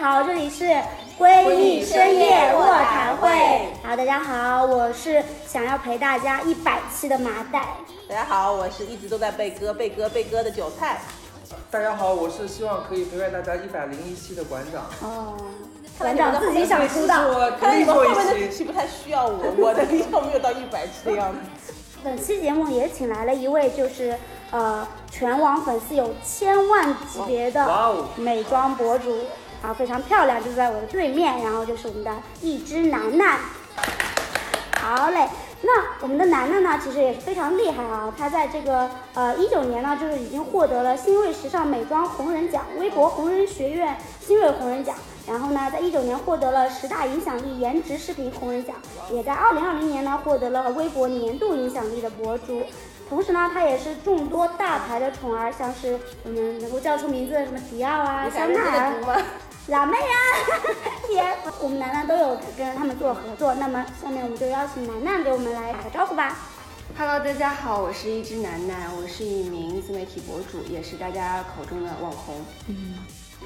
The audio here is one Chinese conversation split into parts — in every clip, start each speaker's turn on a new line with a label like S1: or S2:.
S1: 好，这里是闺蜜深夜卧谈会。好，大家好，我是想要陪大家一百期的麻袋。
S2: 大家好，我是一直都在被割、被割、被割的韭菜。
S3: 大家好，我是希望可以陪伴大家一百零一期的馆长。
S1: 哦，馆长自己想出道。
S3: 我
S2: 看来
S3: 可
S2: 你
S3: 以
S2: 们
S3: 做
S2: 后面的
S3: 一
S2: 几
S3: 期。
S2: 期不太需要我，我的要没有到一百期的样子。
S1: 本期节目也请来了一位，就是呃，全网粉丝有千万级别
S3: 哇
S1: 的
S3: 哦
S1: 美妆博主，然后非常漂亮，就在我的对面，然后就是我们的一只楠楠。好嘞，那我们的楠楠呢，其实也是非常厉害啊，她在这个呃一九年呢，就是已经获得了新锐时尚美妆红人奖、微博红人学院新锐红人奖。然后呢，在一九年获得了十大影响力颜值视频红人奖，也在二零二零年呢获得了微博年度影响力的博主。同时呢，她也是众多大牌的宠儿，像是嗯我们能够叫出名字的什么迪奥啊、
S2: 你敢
S1: 香
S2: 认
S1: 奈
S2: 真
S1: 儿
S2: 的读、吗？
S1: 辣妹啊， 姐，我们楠楠都有跟他们做合作，那么下面我们就邀请楠楠给我们来打个招呼吧。
S4: Hello，大家好，我是一只楠楠，我是一名自媒体博主，也是大家口中的网红。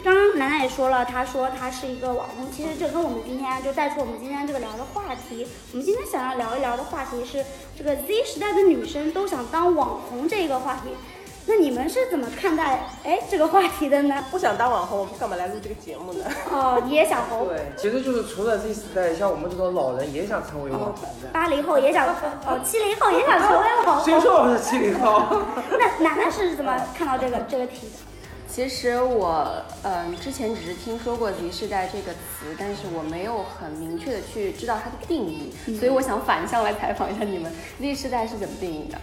S1: 刚刚楠楠也说了，她说她是一个网红，其实这跟我们今天就带出我们今天这个聊的话题。我们今天想要聊一聊的话题是这个 Z 时代的女生都想当网红这个话题。那你们是怎么看待哎这个话题的呢？
S2: 不想当网红，我们干嘛来录这个节目呢？
S1: 哦，你也想红，
S3: 对，其实就是除了 Z 时代，像我们这种老人也想成为
S4: 哦
S3: 网红的。
S1: 八零后也想，哦七零后也想成为网
S3: 谁
S1: 红。
S3: 说我是七零 后？
S1: 那楠楠是怎么看到这个这个题的？
S4: 其实我嗯、之前只是听说过 “Z 世代”这个词，但是我没有很明确的去知道它的定义，所以我想反向来采访一下你们，“Z 世代”是怎么定义的？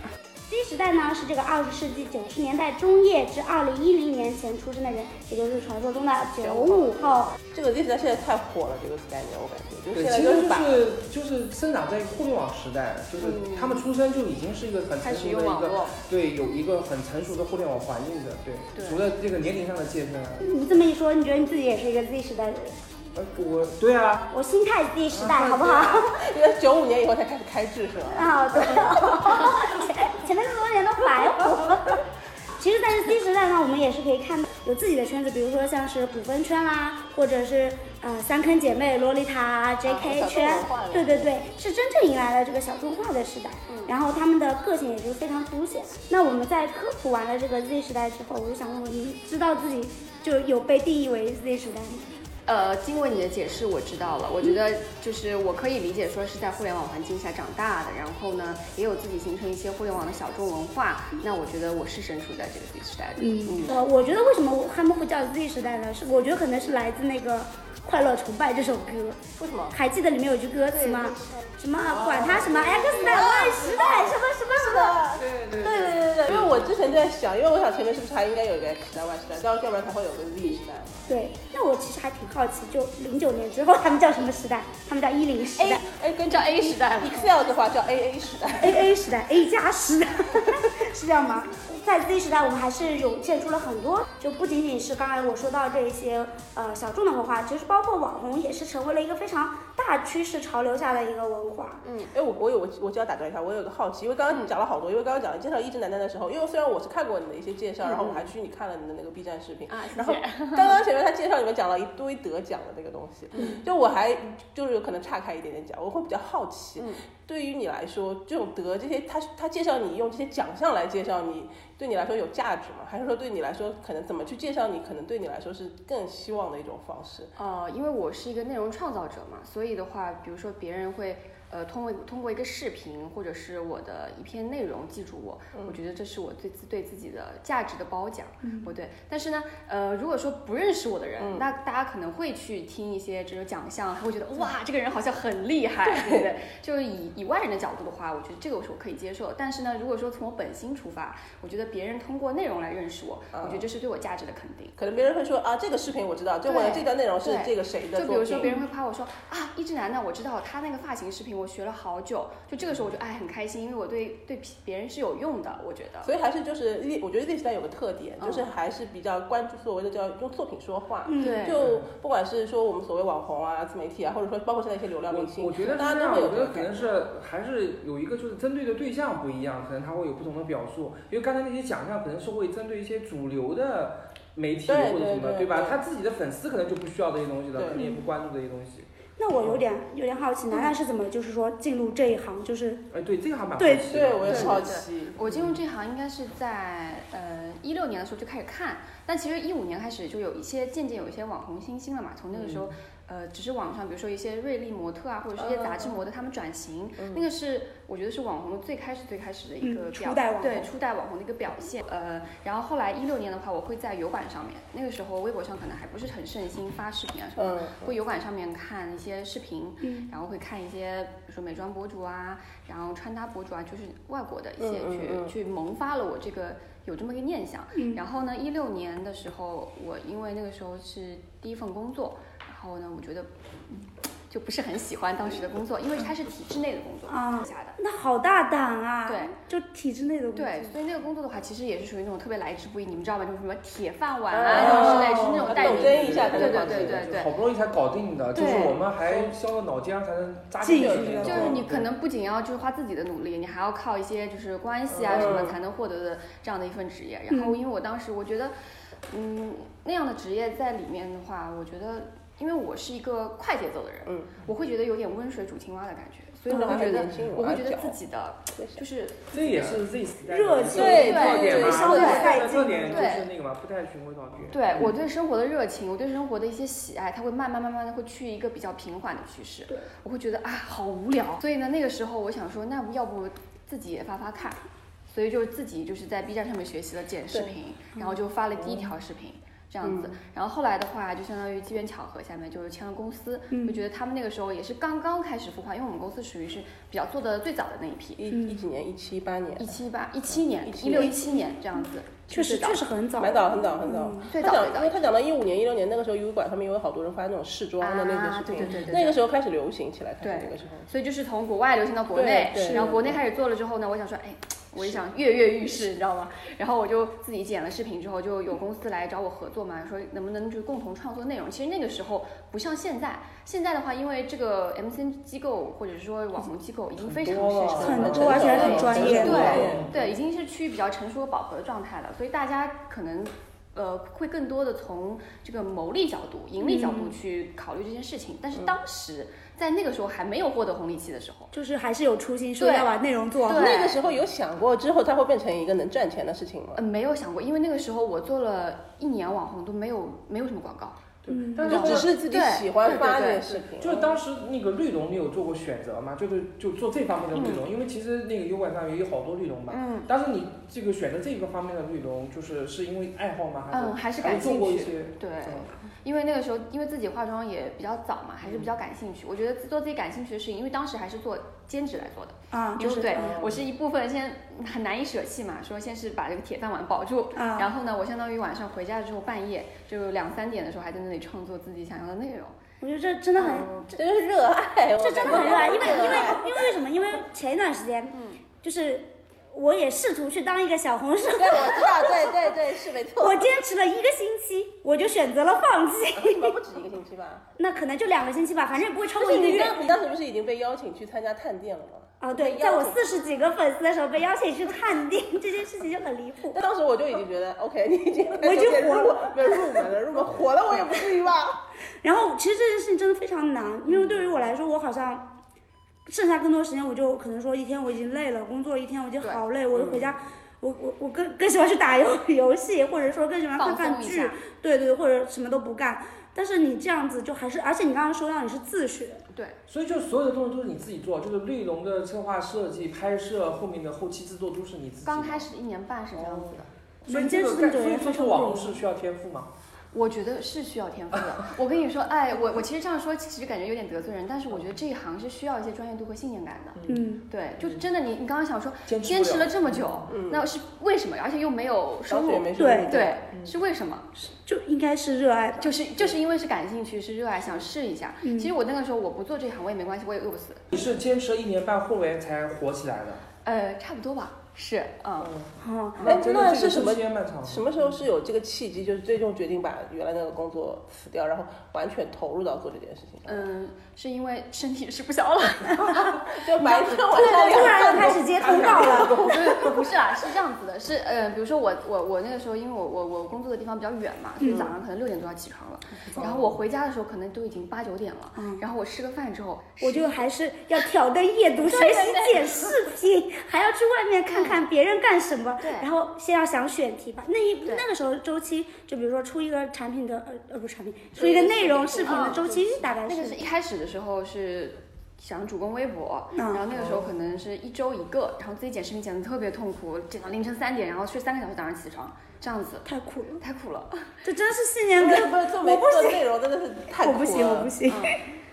S1: Z 时代呢是这个二十世纪九十年代中叶至二零一零年前出生的人，也就是传说中的九五后。
S2: 这个 Z 时代现在太火了，这个概念我感觉就是现在
S3: 对，其
S2: 就
S3: 实
S2: 是把
S3: 就是就是生长在互联网时代，就是他们出生就已经是一个很成
S4: 嗯开始
S3: 熟
S4: 有
S3: 的一
S4: 网
S3: 个
S4: 络，
S3: 对，有一个很成熟的互联网环境的，对，
S4: 对
S3: 除了这个年龄上的界分啊，
S1: 你这么一说，你觉得你自己也是一个 Z 时代的人？
S3: 呃，我对啊，
S1: 我心态 Z 时代，好不好？
S2: 因为九五年以后才开始开智是吧？
S1: 啊，对哦，前前面这么多年都白活。其实，在 Z 时代呢，我们也是可以看到有自己的圈子，比如说像是股份圈啦、啊或者是呃三坑姐妹、洛丽塔啊、JK
S2: 小众
S1: 圈，
S2: 文化的
S1: 对对对，是真正迎来了这个小众化的时代。然后他们的个性也就是非常凸显。那我们在科普完了这个 Z 时代之后，我就想问问你，知道自己就有被定义为 Z 时代吗？
S4: 呃，经过你的解释，我知道了。我觉得就是我可以理解说是在互联网环境下长大的，然后呢，也有自己形成一些互联网的小众文化。那我觉得我是身处在这个 Z 时代的。
S1: 嗯，呃，我觉得为什么他们会叫 Z 时代呢？是我觉得可能是来自那个《快乐崇拜》这首歌。
S2: 为什么？
S1: 还记得里面有句歌词吗？什么管他什么哎 X 时代、Y 时代什么什么什么。
S2: 对对对对对，因为我之前就在想，因为我想前面是不是还应该有一个 X 时代、Y 时代，要要不然才会有个 Z 时代嘛。
S1: 对，那我其实还挺好奇，就零九年之后他们叫什么时代？他们叫一零时代
S2: A、哎，跟
S4: 叫 A 时代吗
S2: Excel 的话叫 AA 时代。
S1: A A 时代、A 加时代， 是这样吗？在 Z 时代，我们还是涌现出了很多，就不仅仅是刚才我说到这一些呃小众的文化，其实包括网红也是成为了一个非常大趋势潮流下的一个文化。
S2: 哎，我我有我我就要打断一下，我有个好奇，因为刚刚
S4: 嗯
S2: 你讲了好多，因为刚刚讲了介绍一只楠楠的时候，因为虽然我是看过你的一些介绍，然后我还去你看了你的那个 B 站视频，
S4: 嗯啊谢谢
S2: 然后刚刚前面他介绍里面讲了一堆得奖的那个东西，
S4: 嗯
S2: 就我还就是可能岔开一点点讲，我会比较好奇，
S4: 嗯
S2: 对于你来说，这种得这些他他介绍你用这些奖项来介绍你，对你来说有价值吗？还是说对你来说可能怎么去介绍你，可能对你来说是更希望的一种方式？
S4: 呃，因为我是一个内容创造者嘛，所以的话，比如说别人会呃通过通过一个视频或者是我的一篇内容记住我，我觉得这是我对自对自己的价值的褒奖，我对。但是呢，呃，如果说不认识我的人，
S2: 嗯
S4: 那大家可能会去听一些这种奖项，还会觉得哇，这个人好像很厉害，对不对？就是以以外人的角度的话，我觉得这个是我可以接受的。但是呢，如果说从我本心出发，我觉得别人通过内容来认识我，
S2: 啊
S4: 我觉得这是对我价值的肯定。
S2: 可能别人会说啊，这个视频我知道，就
S4: 对
S2: 我这段内容是
S4: 对
S2: 这个谁的
S4: 就
S2: 作品，
S4: 比如说别人会夸我说啊，一直楠楠，我知道她那个发型视频，我学了好久。就这个时候我就哎很开心，因为我对对别人是有用的，我觉得。
S2: 所以还是就是历，我觉得历史代有个特点，
S4: 嗯
S2: 就是还是比较关注所谓的叫用作品说话。
S1: 嗯
S4: 对
S2: 就不管是说我们所谓网红啊、自媒体啊，或者说包括现在一些流量明星，
S3: 我我觉得是
S2: 大
S3: 这
S2: 家
S3: 样，
S2: 都会
S3: 我
S2: 有
S3: 觉
S2: 这
S3: 得
S2: 个
S3: 可能
S2: 感觉。
S3: 是还是有一个就是针对的对象不一样，可能他会有不同的表述。因为刚才那些奖项可能是会针对一些主流的媒体
S2: 对
S3: 或者什么，
S2: 对对
S3: 对吧
S2: 对？
S3: 他自己的粉丝可能就不需要这些东西了，
S2: 对
S3: 可能也不关注这些东西。
S1: 那我有点有点好奇，楠楠是怎么就是说进入这一行？就是
S3: 哎，对，这个还蛮好奇
S1: 对
S3: 的。
S2: 对，我也
S4: 对
S2: 是
S4: 对
S2: 好
S4: 对
S2: 奇。
S4: 我进入这行应该是在呃一六年的时候就开始看，但其实一五年开始就有一些渐渐有一些网红新星了嘛，从那个时
S1: 嗯
S4: 候。呃，只是网上，比如说一些瑞丽模特啊，或者是一些杂志
S1: 哦
S4: 模特，他们转型，那个是我觉得是网红最开始最开始的一个
S1: 嗯
S4: 表，
S1: 初代网红
S4: 对初代网红的一个表现。呃，然后后来一六年的话，我会在油管上面，那个时候微博上可能还不是很盛行发视频啊什么的，
S2: 嗯，
S4: 会油管上面看一些视频，
S1: 嗯
S4: 然后会看一些，比如说美妆博主啊，然后穿搭博主啊，就是外国的一些
S2: 嗯嗯
S4: 去、
S2: 嗯
S4: 去萌发了我这个有这么一个念想。
S1: 嗯
S4: 然后呢，一六年的时候，我因为那个时候是第一份工作，然后呢，我觉得、嗯就不是很喜欢当时的工作，因为它是体制内的工作，
S1: 啊，
S4: 下的。
S1: 那好大胆啊！
S4: 对，
S1: 就体制内的工作。
S4: 对，所以那个工作的话，其实也是属于那种特别来之不易，你们知道吗？就是什么铁饭碗
S2: 哦
S3: 嗯
S4: 啊，那种之类，就是那种带
S2: 斗
S4: 领
S2: 争一下才
S4: 对
S2: 能
S4: 对
S2: 搞
S4: 对
S2: 定
S4: 对对。
S3: 好不容易才搞定的，就是
S4: 对
S3: 我们还削了脑浆才能扎
S1: 进
S3: 进
S1: 去
S3: 那
S1: 的
S3: 种
S4: 就是你可能不仅要就是花自己的努力，你还要靠一些就是关系啊什么
S2: 嗯
S4: 才能获得的这样的一份职业。然后因为我当时我觉得，嗯，那样的职业在里面的话，我觉得因为我是一个快节奏的人，
S2: 嗯，
S4: 我会觉得有点温水煮青蛙的感觉，所以
S2: 嗯
S4: 我会
S2: 还
S4: 觉
S2: 有
S4: 得
S2: 年轻人
S4: 我会
S2: 还
S4: 觉得
S2: 小
S4: 自己的就是
S3: 这也是 Z 时代的
S1: 热
S3: 特
S1: 情
S2: 对
S3: 点
S4: 对
S3: 嘛
S4: 对
S3: 特
S4: 稍微
S1: 带
S3: 点
S1: 劲
S3: 特点就
S4: 对
S3: 是那个嘛，不太循规蹈矩。
S4: 对我对生活的热情，我对生活的一些喜爱，它会慢慢慢慢的会去一个比较平缓的趋势
S1: 对。
S4: 我会觉得啊，好无聊。所以呢，那个时候我想说，那要不自己也发发看。所以就是自己就是在 B 站上面学习了剪视频，然后就发了第
S1: 嗯
S4: 一条视频。这样子，然后后来的话，就相当于机缘巧合，下面就是签了公司，
S1: 嗯
S4: 就觉得他们那个时候也是刚刚开始孵化，因为我们公司属于是比较做的最早的那一批，
S2: 一一几年，一七一八年
S4: 嗯一，七八一七年、
S2: 17
S4: 一六一七年这样子，
S1: 确实
S4: 最早嗯
S1: 确实很早，
S2: 蛮早，很早，很早。
S4: 最
S2: 他
S4: 早
S2: 讲，
S4: 的
S2: 因为他讲到一五年、一六年那个时候，油管上面有好多人发那种试妆的那些
S4: 啊
S2: 视频，
S4: 对对对对
S2: 那个
S4: 对
S2: 时候开始流行起来，开始
S4: 对
S2: 那个时候。
S4: 所以就是从国外流行到国内
S2: 对，对
S4: 然后国内开始做了之后呢，我想说，哎，我也想跃跃欲试，你知道吗？然后我就自己剪了视频之后，就有公司来找我合作嘛，说能不能就是共同创作内容。其实那个时候不像现在，现在的话，因为这个 MCN 机构或者是说网红机构已经非常
S2: 很多
S4: 成
S2: 了
S1: 很
S2: 成熟
S4: 熟了，
S1: 多，而且还很
S2: 了
S1: 专业。
S2: 成熟了
S4: 对对，已经是趋于比较成熟和饱和的状态了，所以大家可能。呃，会更多的从这个牟利角度、盈利角
S2: 嗯
S4: 度去考虑这件事情，但是当时在那个时候还没有获得红利期的时候，
S1: 就是还是有初心，说
S4: 对
S1: 要把内容做好。
S4: 对
S2: 那个时候有想过之后它会变成一个能赚钱的事情吗
S4: 呃，？没有想过，因为那个时候我做了一年网红，都没有没有什么广告。
S3: 对
S1: 嗯，
S3: 但是
S2: 就
S3: 后
S2: 只
S3: 来
S2: 是自己
S4: 对
S2: 喜欢
S4: 对
S2: 发这
S4: 对
S2: 些
S4: 对
S2: 视频，
S3: 就是当时那个绿龙，你有做过选择吗？就是就做这方面的绿龙，因为其实那个油管上也有好多绿龙嘛。
S4: 嗯
S3: 但是你这个选择这个方面的绿龙，就是是因为爱好吗？还是
S4: 嗯，还是
S3: 啊还
S4: 感
S3: 是做
S4: 兴
S3: 过一
S4: 趣。
S3: 些？
S4: 对，
S3: 嗯
S4: 因为那个时候因为自己化妆也比较早嘛，还是比
S3: 嗯
S4: 较感兴趣。我觉得做自己感兴趣的事情，因为当时还是做兼职来做的，
S1: 啊，
S4: 因
S1: 就
S4: 为
S1: 是
S4: 对
S3: 嗯
S4: 我是一部分先很难以舍弃嘛，说先是把这个铁饭碗保住，
S1: 啊，
S4: 然后呢，我相当于晚上回家之后半夜就两三点的时候还在那里创作自己想要的内容。
S1: 我觉得这真的很，
S4: 嗯
S2: 这就是热爱，
S1: 这
S2: 我
S1: 真
S2: 感
S1: 的
S2: 觉
S1: 很热爱，因为
S2: 这
S1: 因
S2: 热
S1: 为
S2: 爱
S1: 因为为什么？因为前一段时间，
S4: 嗯
S1: 就是我也试图去当一个小红 书，
S2: 对，我知道，对对对，是没错。
S1: 我坚持了一个星期，我就选择了放弃。
S2: 你们不止一个星 期吧？
S1: 那可能就两个星期吧，反正也不会超
S2: 就
S1: 过
S2: 是
S1: 一个
S2: 你
S1: 月。
S2: 当你当时不是已经被邀请去参加探店了吗？
S1: 啊，对，在我四十几个粉丝的时候被邀请去探店，这件事情就很离谱。
S2: 那当时我就已经觉 得，OK，你已经
S1: 我已经火
S2: 了，没有入门了，入门火了，我也不至于 吧？
S1: 然后其实这件事情真的非常难，因为对于我来说，我好像剩下更多时间，我就可能说一天我已经累了，工作一天我已经好累，我就回家，我我我更更喜欢去打游游戏，或者说更喜欢看
S4: 放
S1: 看
S4: 松一
S1: 剧
S4: 下，，
S1: 对对，或者什么都不干。但是你这样子就还是，而且你刚刚说到你是自学，
S4: 对，
S3: 所以就所有的东西都是你自己做，就是绿龙的策划设计、拍摄后面的后期制作都是你自己。哦
S4: 刚开始一年半是这样子的。
S3: 所以
S1: 你
S3: 这
S1: 坚
S3: 个
S1: 持这么
S3: 干
S1: 久
S3: 所
S1: 也
S3: 以
S1: 非
S3: 说
S1: 常
S3: 做
S1: 不
S3: 网
S1: 容
S3: 红
S1: 易。
S3: 是需要天赋嘛？
S4: 我觉得是需要天赋 的。我跟你说，哎，我我其实这样说，其实感觉有点得罪人，但是我觉得这一行是需要一些专业度和信念感的。
S1: 嗯，
S4: 对，就真的你你刚刚想说
S3: 坚持不
S4: 坚持
S3: 了
S4: 了这么久，那是为什么？而且又没有收
S2: 小雪
S4: 入，
S2: 没
S1: 嗯对嗯
S2: 入门
S4: 对，是为什么？
S1: 就应该是热爱吧。
S4: 就是就是因为是感兴趣，是热爱，想试一下。
S1: 嗯
S4: 其实我那个时候我不做这行我也没关系，我也饿不死。
S3: 你是坚持了一年半，后来才火起来的。
S4: 呃，差不多吧，是，嗯，
S3: 嗯，
S1: 哦，
S2: 哎
S3: 真
S2: 那
S3: 的这
S2: 是
S3: 个
S2: 什么
S3: 时间漫长的。
S2: 什么时候是有这个契机，就是最终决定把原来那个工作辞掉，然后完全投入到做这件事情上？
S4: 嗯，是因为身体吃不消了，
S2: 就白天晚
S1: 对
S2: 上
S1: 对，突
S2: 两
S1: 然
S2: 份
S1: 就开始接通告了。
S4: 不不是啊，是这样子的，是呃，比如说我我我那个时候，因为我我我工作的地方比较远嘛，所以早上
S1: 嗯
S4: 可能六点多要起床了，然后我回家的时候可能都已经八九点了，
S1: 嗯
S4: 然后我吃个饭之后，
S1: 我就还是要挑灯夜 读，学习剪视频，还要去外面看
S2: 嗯
S1: 看别人干什么。
S4: 对
S1: 然后先要想选题吧。那一
S4: 对
S1: 那个时候周期，就比如说出一个产品的呃呃不是产品，出一个内容视频
S2: 哦
S1: 的周期大概
S4: 那个是
S1: 是。
S4: 一开始的时候是想主攻微博，
S1: 嗯
S4: 然后那个时候可能是一周一个，然后自己剪视频剪的特别痛苦，剪到凌晨三点，然后睡三个小时，早上起床，这样子
S1: 太苦了，
S4: 太苦了。
S1: 这真是信念
S2: 不
S1: 跟
S2: 是不是做没做内容真的是太
S1: 我
S2: 苦
S1: 不行，我
S2: 了哦
S1: 不行。
S4: 嗯，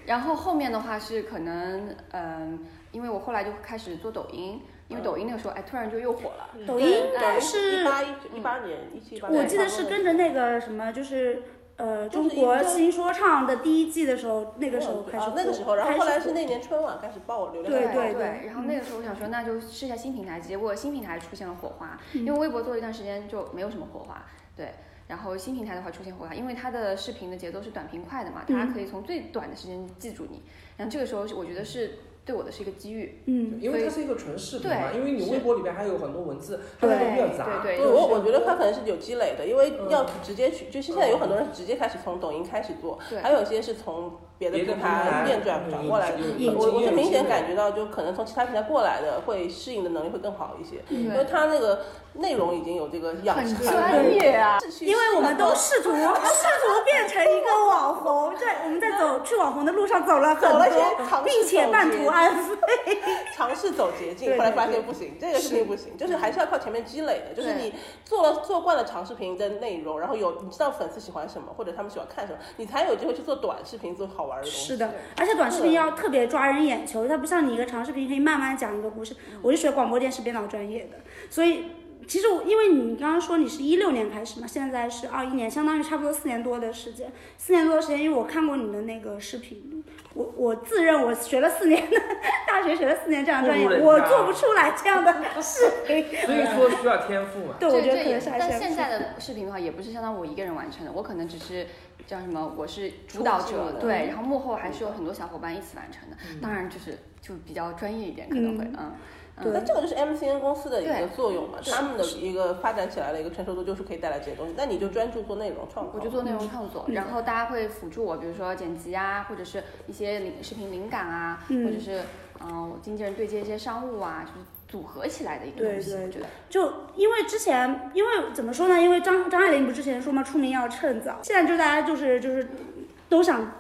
S4: 然后后面的话是可能，嗯，因为我后来就开始做抖音，
S1: 嗯
S4: 因为抖音那个时候哎突然就又火了，
S1: 抖音应
S2: 哎
S1: 该是
S2: 一八一一八年一七一八年，
S1: 我记得是跟着那个什么，就是呃，
S2: 就
S1: 中
S2: 是
S1: 国
S2: 一个
S1: 新说唱的第一季的时候，那
S2: 那
S1: 个时候开始
S2: 啊
S1: 火，
S2: 那个时候，然后
S1: 开
S2: 后
S1: 始
S2: 来
S1: 火
S2: 是那年春晚开始爆流量，
S1: 对
S2: 爆
S1: 对
S4: 对
S1: 对
S4: 然后那个时候我想说，那就试一下新平台，结果新平台出现了火花，
S1: 嗯
S4: 因为微博做了一段时间就没有什么火花，对。然后新平台的话出现火花，因为它的视频的节奏是短平快的嘛，大家
S1: 嗯
S4: 可以从最短的时间记住你。然后这个时候是我觉得是对我的是一个机遇，
S1: 嗯，
S3: 因为它是一个纯视频嘛，
S4: 对
S3: 因为你
S4: 是
S3: 微博里边还有很多文字，它
S1: 对
S3: 内容比较杂。
S4: 对对
S2: 对我我觉得他可能是有积累的，因为
S3: 嗯
S2: 要直接去，就现在有很多人直接开始从抖音开始做，
S1: 嗯
S4: 对
S2: 还有一些是从别的
S3: 别的
S2: 平
S3: 平台嗯
S2: 台变转转过来的。
S1: 引
S2: 我我是明显感
S3: 觉。
S2: 觉到，就可能从其他平台过来的，会适应的能力会更好一些，因为
S4: 对，
S2: 他那个内容已经有这个养
S4: 很
S2: 成了。
S4: 专业啊。
S1: 因为我们都试图试图变成一个网红，对，我们在走去网红的路上走了很
S2: 走了一
S1: 多
S2: 些，尝试
S1: 并且
S2: 走
S1: 半
S2: 捷
S1: 途
S2: 径
S1: 而废。
S2: 尝试走捷
S1: 对
S2: 径，后来
S1: 对
S2: 发
S1: 对
S2: 现不行，这个事情不行，就是还是要靠前面积累的。就是
S4: 对
S2: 你做了做惯了长视频的内容，然后有你知道粉丝喜欢什么，或者他们喜欢看什么，你才有机会去做短视频，做好玩的东西。
S1: 是的，而且短视频要特别抓人眼球，它不像你一个长视频可以慢慢讲一个故事。我是学广播电视编导专业的，所以其实我因为你刚刚说你是一六年开始嘛，现在是二一年，相当于差不多四年多的时间。四年多的时间，因为我看过你的那个视频，我我自认我学了四年的 大学学了四年这样的专业
S3: 不如，人
S1: 我
S3: 家
S1: 做不出来这样 的视频。
S3: 所以说需要天赋嘛。
S1: 对，
S4: 这
S1: 我觉得
S4: 这
S1: 可
S4: 也
S1: 能是还
S4: 但
S1: 是
S4: 现在的视频的话，也不是相当于我一个人完成的，我可能只是叫什么，我是主导
S2: 促进
S4: 者，
S2: 的
S1: 嗯
S4: 对，然后幕后还是有很多小伙伴一起完成的。当然就是就比较专业一点，可能会，嗯，
S1: 对
S4: 嗯，
S2: 那这个就是 MCN 公司的一个
S4: 对
S2: 作用嘛，他们的一个发展起来的一个成熟度就是可以带来这些东西。那你就专注做内容创造。
S4: 我就做内
S1: 嗯
S4: 容创作，然后大家会辅助我，比如说剪辑啊，或者是一些灵视频灵感啊，
S1: 嗯
S4: 或者是嗯、我经纪人对接一些商务啊，就是组合起来的一个
S1: 对
S4: 东西，
S1: 对
S4: 我觉得。
S1: 就因为之前，因为怎么说呢？因为张张爱玲不之前说嘛，出名要趁早。现在就大家就是就是都想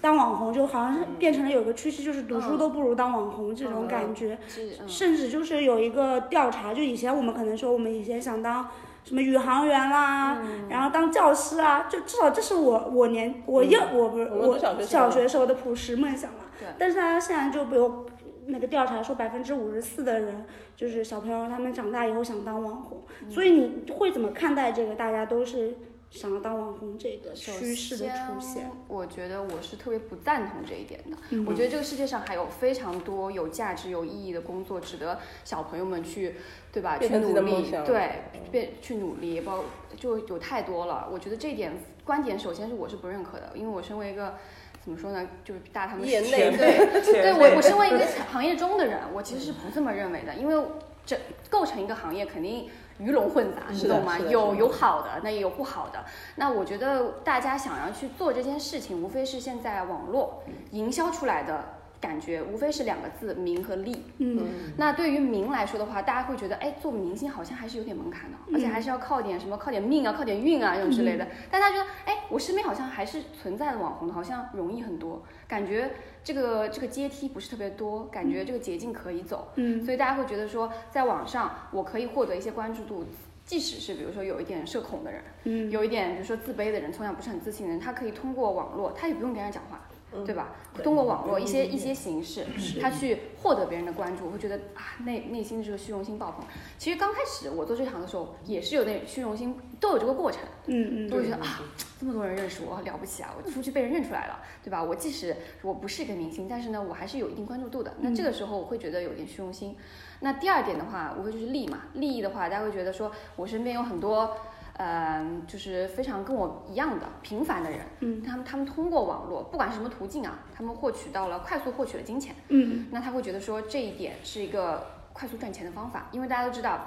S1: 当网红，就好像是变成了有个趋势，就是读书
S4: 嗯
S1: 都不如当网红这种感觉。
S4: 是嗯
S1: 甚至就是有一个调查，就以前我们可能说我们以前想当什么宇航员啦，
S4: 嗯
S1: 然后当教师啊，就至少这是我我年我
S4: 嗯
S1: 要、我不是
S2: 我们都小学时候
S1: 小学时候的朴实梦想嘛
S4: 对。
S1: 但是大家现在就比如那个调查说百分之五十四的人就是小朋友，他们长大以后想当网红，
S4: 嗯
S1: 所以你会怎么看待这个大家都是想要当网红这个
S4: 首
S1: 趋势的出现？
S4: 先，我觉得我是特别不赞同这一点的。
S2: 嗯
S4: 我觉得这个世界上还有非常多有价值、有意义的工作，值得小朋友们去，对吧？去
S2: 变成自己
S4: 努
S2: 的梦
S4: 力，
S2: 想
S4: 对，变去努力，包就有太多了。我觉得这一点观点，首先是我是不认可的，因为我身为一个怎么说呢，就是大他们
S2: 业
S4: 十
S2: 内
S4: 岁
S2: 的
S4: 对对
S3: 对
S4: 我，我身为一个行业中的人，我其实是不这么认为的，因为这构成一个行业肯定鱼龙混杂，你
S2: 是的
S4: 懂吗？
S2: 是的
S4: 有
S2: 是的
S4: 有好的，那也有不好的。那我觉得大家想要去做这件事情，无非是现在网络
S2: 嗯
S4: 营销出来的感觉，无非是两个字：名和利。
S1: 嗯，
S4: 那对于名来说的话，大家会觉得，哎，做明星好像还是有点门槛的，
S1: 嗯
S4: 而且还是要靠点什么，靠点命啊，靠点运啊这种之类的。但大家觉得，哎，我身边好像还是存在的网红的，好像容易很多，感觉这个这个阶梯不是特别多，感
S2: 嗯
S4: 觉这个捷径可以走。
S1: 嗯
S4: 所以大家会觉得说，在网上我可以获得一些关注度，即使是比如说有一点社恐的人，
S1: 嗯
S4: 有一点比如说自卑的人，从小不是很自信的人，他可以通过网络，他也不用跟人家讲话，
S2: 嗯
S4: 对吧？
S2: 对
S4: 通过网络一些
S3: 嗯嗯嗯
S4: 一些形式，他去获得别人的关注，我会觉得啊，内内心这个虚荣心爆棚。其实刚开始我做这行的时候，也是有点虚荣心，都有这个过程。
S1: 嗯嗯
S4: 都会觉得啊，这么多人认识我，了不起啊！我出去被人认出来了，对吧？我即使我不是一个明星，但是呢，我还是有一定关注度的。那这个时候我会觉得有点虚荣心。那第二点的话，我会就是利嘛，利益的话，大家会觉得说我身边有很多，呃，就是非常跟我一样的平凡的人，
S1: 嗯
S4: 他们他们通过网络，不管是什么途径啊，他们获取到了快速获取了金钱。
S1: 嗯
S4: 那他会觉得说这一点是一个快速赚钱的方法，因为大家都知道，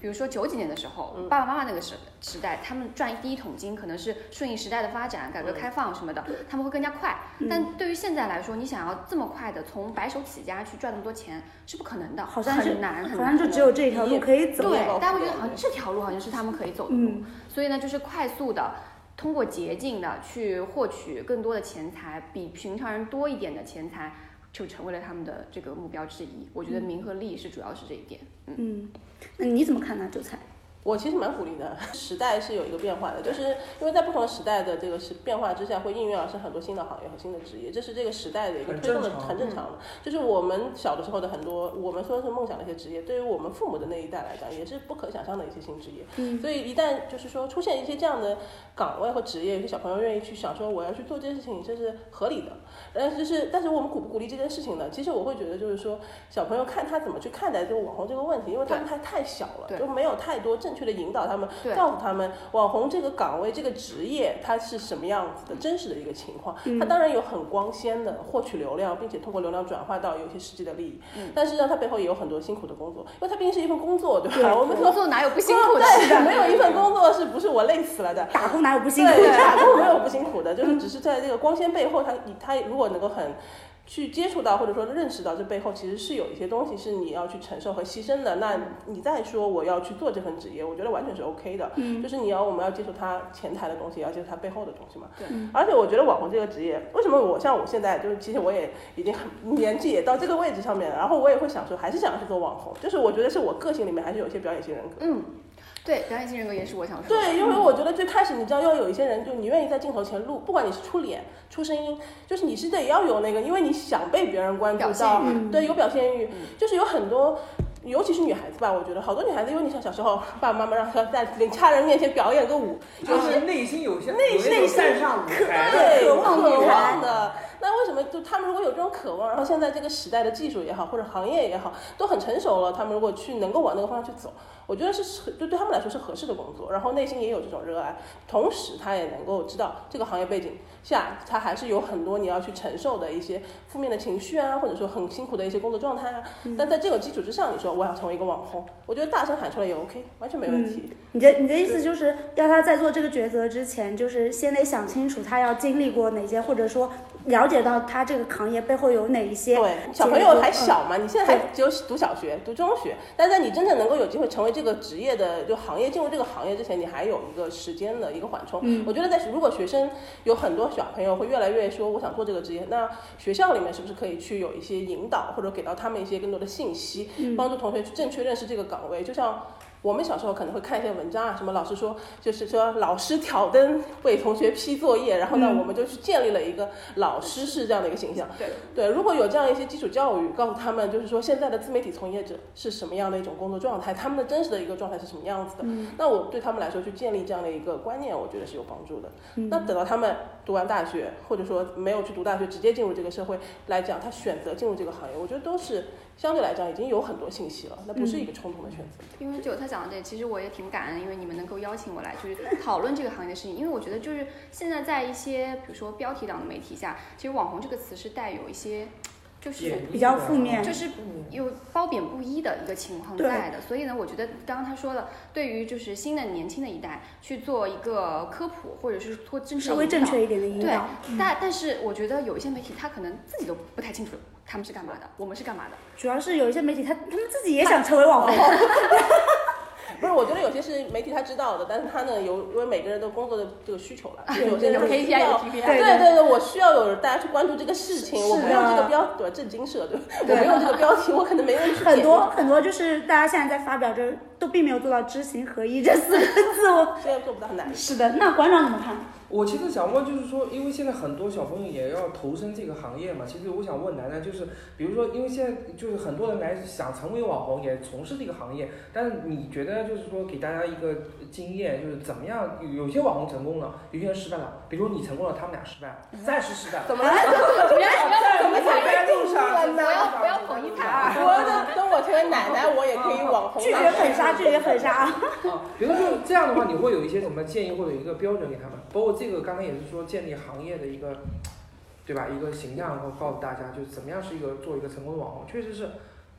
S4: 比如说九几年的时候，
S2: 嗯
S4: 爸爸妈妈那个时时代，他们赚第一桶金可能是顺应时代的发展、改革
S2: 嗯
S4: 开放什么的，他们会更加快。
S1: 嗯
S4: 但对于现在来说，你想要这么快的从白手起家去赚那么多钱是不可能的，
S1: 好像是
S4: 很难，很
S1: 嗯好
S4: 难
S1: 像就只有这条路
S4: 嗯
S1: 可以走。
S4: 对
S2: 走，
S4: 大家会觉得好像这条路好像是他们可以走的路，
S1: 嗯
S4: 所以呢，就是快速的通过捷径的去获取更多的钱财，比平常人多一点的钱财，就成为了他们的这个目标之一。我觉得名和利是主要是这一点。
S1: 嗯，那你怎么看呢？韭菜？
S2: 我其实蛮鼓励的， 时代是有一个变化的，就是因为在不同时代的这个时变化之下，会应运而生很多新的行业和新的职业，这是这个时代的一个
S3: 很
S2: 推动的
S3: 正常嗯
S2: 很正常的。就是我们小的时候的很多，我们说是梦想的一些职业，对于我们父母的那一代来讲，也是不可想象的一些新职业。
S1: 嗯
S2: 所以一旦就是说出现一些这样的岗位和职业，有些小朋友愿意去想说我要去做这件事情，这是合理的。但是就是，但是我们鼓不鼓励这件事情呢？其实我会觉得就是说，小朋友看他怎么去看待这个网红这个问题，因为他们还太小了，
S4: 对
S2: 就没有太多正确的引导他们，
S4: 对
S2: 告诉他们网红这个岗位这个职业它是什么样子的真实的一个情况。
S1: 嗯
S2: 它当然有很光鲜的获取流量，并且通过流量转化到有一些实际的利益，
S4: 嗯
S2: 但是呢，它背后也有很多辛苦的工作，因为它毕竟是一份工作，对吧？
S1: 对
S2: 我们
S4: 工
S2: 说
S4: 作哪有不辛苦的？
S2: 哦对，没有一份工作是不是我累死了的？
S1: 打工哪有不辛苦
S2: 对，
S1: 的？
S2: 打工没有不辛苦的，就是只是在这个光鲜背后，他他如果能够很。去接触到或者说认识到这背后其实是有一些东西是你要去承受和牺牲的。那你再说我要去做这份职业，我觉得完全是 OK 的。
S1: 嗯
S2: 就是你要我们要接受它前台的东西，也要接受它背后的东西嘛。
S4: 对
S1: 嗯
S2: 而且我觉得网红这个职业，为什么我像我现在就是其实我也已经很年纪也到这个位置上面了，然后我也会想说还是想要去做网红，就是我觉得是我个性里面还是有一些表演型人格。
S4: 嗯，对，表演型人格也是我想说的。
S2: 对，因为我觉得最开始你知道要有一些人，就你愿意在镜头前录，不管你是出脸、出声音，就是你是得要有那个，因为你想被别人关
S4: 表
S2: 注
S4: 现
S2: 到，
S1: 欲
S2: 对，有表现欲，就是有很多。尤其是女孩子吧，我觉得好多女孩子，因为你像小时候爸爸妈妈让她在家人面前表演个舞，
S3: 就
S2: 就是
S3: 是内心有些内心站上舞台
S2: 对，
S3: 的
S2: 有
S3: 渴
S2: 渴
S3: 望，
S2: 望的。那为什么就他们如果有这种渴望，然后现在这个时代的技术也好，或者行业也好，都很成熟了，他们如果去能够往那个方向去走，我觉得是合就对他们来说是合适的工作，然后内心也有这种热爱，同时他也能够知道这个行业背景下，他还是有很多你要去承受的一些负面的情绪啊，或者说很辛苦的一些工作状态啊。但在这个基础之上，你说我要成为一个网红，我觉得大声喊出来也 OK，完全没问题。
S1: 你的你的意思就是要他在做这个抉择之前，就是先得想清楚他要经历过哪些，或者说了解到他这个行业背后有哪一些
S2: 对，小朋
S1: 结
S2: 友
S1: 果
S2: 还
S1: 嗯
S2: 小嘛，你现在还只有读小学、读中学，但在你真正能够有机会成为这个职业的就行业进入这个行业之前，你还有一个时间的一个缓冲。
S1: 嗯
S2: 我觉得在如果学生有很多小朋友会越来越说我想做这个职业，那学校里面是不是可以去有一些引导，或者给到他们一些更多的信息，
S1: 嗯
S2: 帮助同学去正确认识这个岗位？就像。我们小时候可能会看一些文章啊，什么老师说，就是说老师挑灯为同学批作业，然后呢，
S1: 嗯
S2: 我们就去建立了一个老师是这样的一个形象。
S4: 对
S2: 对，如果有这样一些基础教育，告诉他们就是说现在的自媒体从业者是什么样的一种工作状态，他们的真实的一个状态是什么样子的，那我对他们来说去建立这样的一个观念，我觉得是有帮助的。那等到他们读完大学，或者说没有去读大学，直接进入这个社会来讲，他选择进入这个行业，我觉得都是相对来讲已经有很多信息了，那不是一个冲动的选择。
S4: 因为韭菜讲的这，其实我也挺感恩，因为你们能够邀请我来，就是讨论这个行业的事情。因为我觉得，就是现在在一些比如说标题党的媒体下，其实“网红”这个词是带有一些，就是
S3: 贬义的嗯
S1: 比较负面
S4: 就是有褒贬不一的一个情况在的，所以呢，我觉得刚刚他说了，对于就是新的年轻的一代去做一个科普，或者是做正确
S1: 稍微
S4: 引导
S1: 正确一点的引
S4: 对
S1: 导，，
S4: 但但是我觉得有一些媒体他可能自己都不太清楚他们是干嘛的，我们是干嘛的，
S1: 主要是有一些媒体他他们自己也想成为网红，
S4: 哦
S2: 不是，我觉得有些是媒体他知道的，但是他呢有因为每个人都工作的这个需求 了，就是有 些人
S4: 有
S2: 他
S4: KPI
S2: 需要
S4: 有 KPI
S2: 哎对
S1: 对
S2: 对对，我需要有大家去关注这个事情，我不
S1: 是
S2: 用
S1: 啊
S2: 这个标对震惊社对，
S4: 对
S2: 我不用这个标题，我可能没人去
S1: 很
S2: 点
S1: 多很多就是大家现在在发表着都并没有做到知行合一这四个字。我
S2: 现在做不到很难。
S1: 是的，那馆长怎么看？
S3: 我其实想问，就是说，因为现在很多小朋友也要投身这个行业嘛。其实我想问楠楠，就是比如说，因为现在就是很多人来想成为网红，也从事这个行业，但是你觉得就是说，给大家一个经验，就是怎么样？有些网红成功了，有些人失败了。比如你成功了，他们俩失败了，暂时失败了。
S2: 怎么了？原来怎么
S3: 走在路上，
S4: 不要不要捧一茬
S2: 我等等我成为奶奶，我也可以网红。啊
S1: 拒绝粉杀，拒绝粉杀。
S3: 啊，比如说这样的话，你会有一些什么建议或者一个标准给他们？包括这个刚才也是说建立行业的一个，对吧？一个形象，然后告诉大家就是怎么样是一个做一个成功的网红，确实是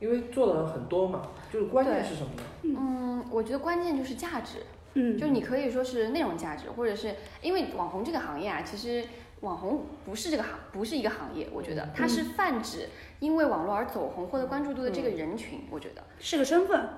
S3: 因为做的人很多嘛，就是关键是什么呢？
S4: 嗯，我觉得关键就是价值，
S1: 嗯，
S4: 就你可以说是内容价值，或者是因为网红这个行业啊，其实网红不是这个行，不是一个行业，我觉得它是泛指因为网络而走红获得关注度的这个人群，我觉得，
S1: 是个身份，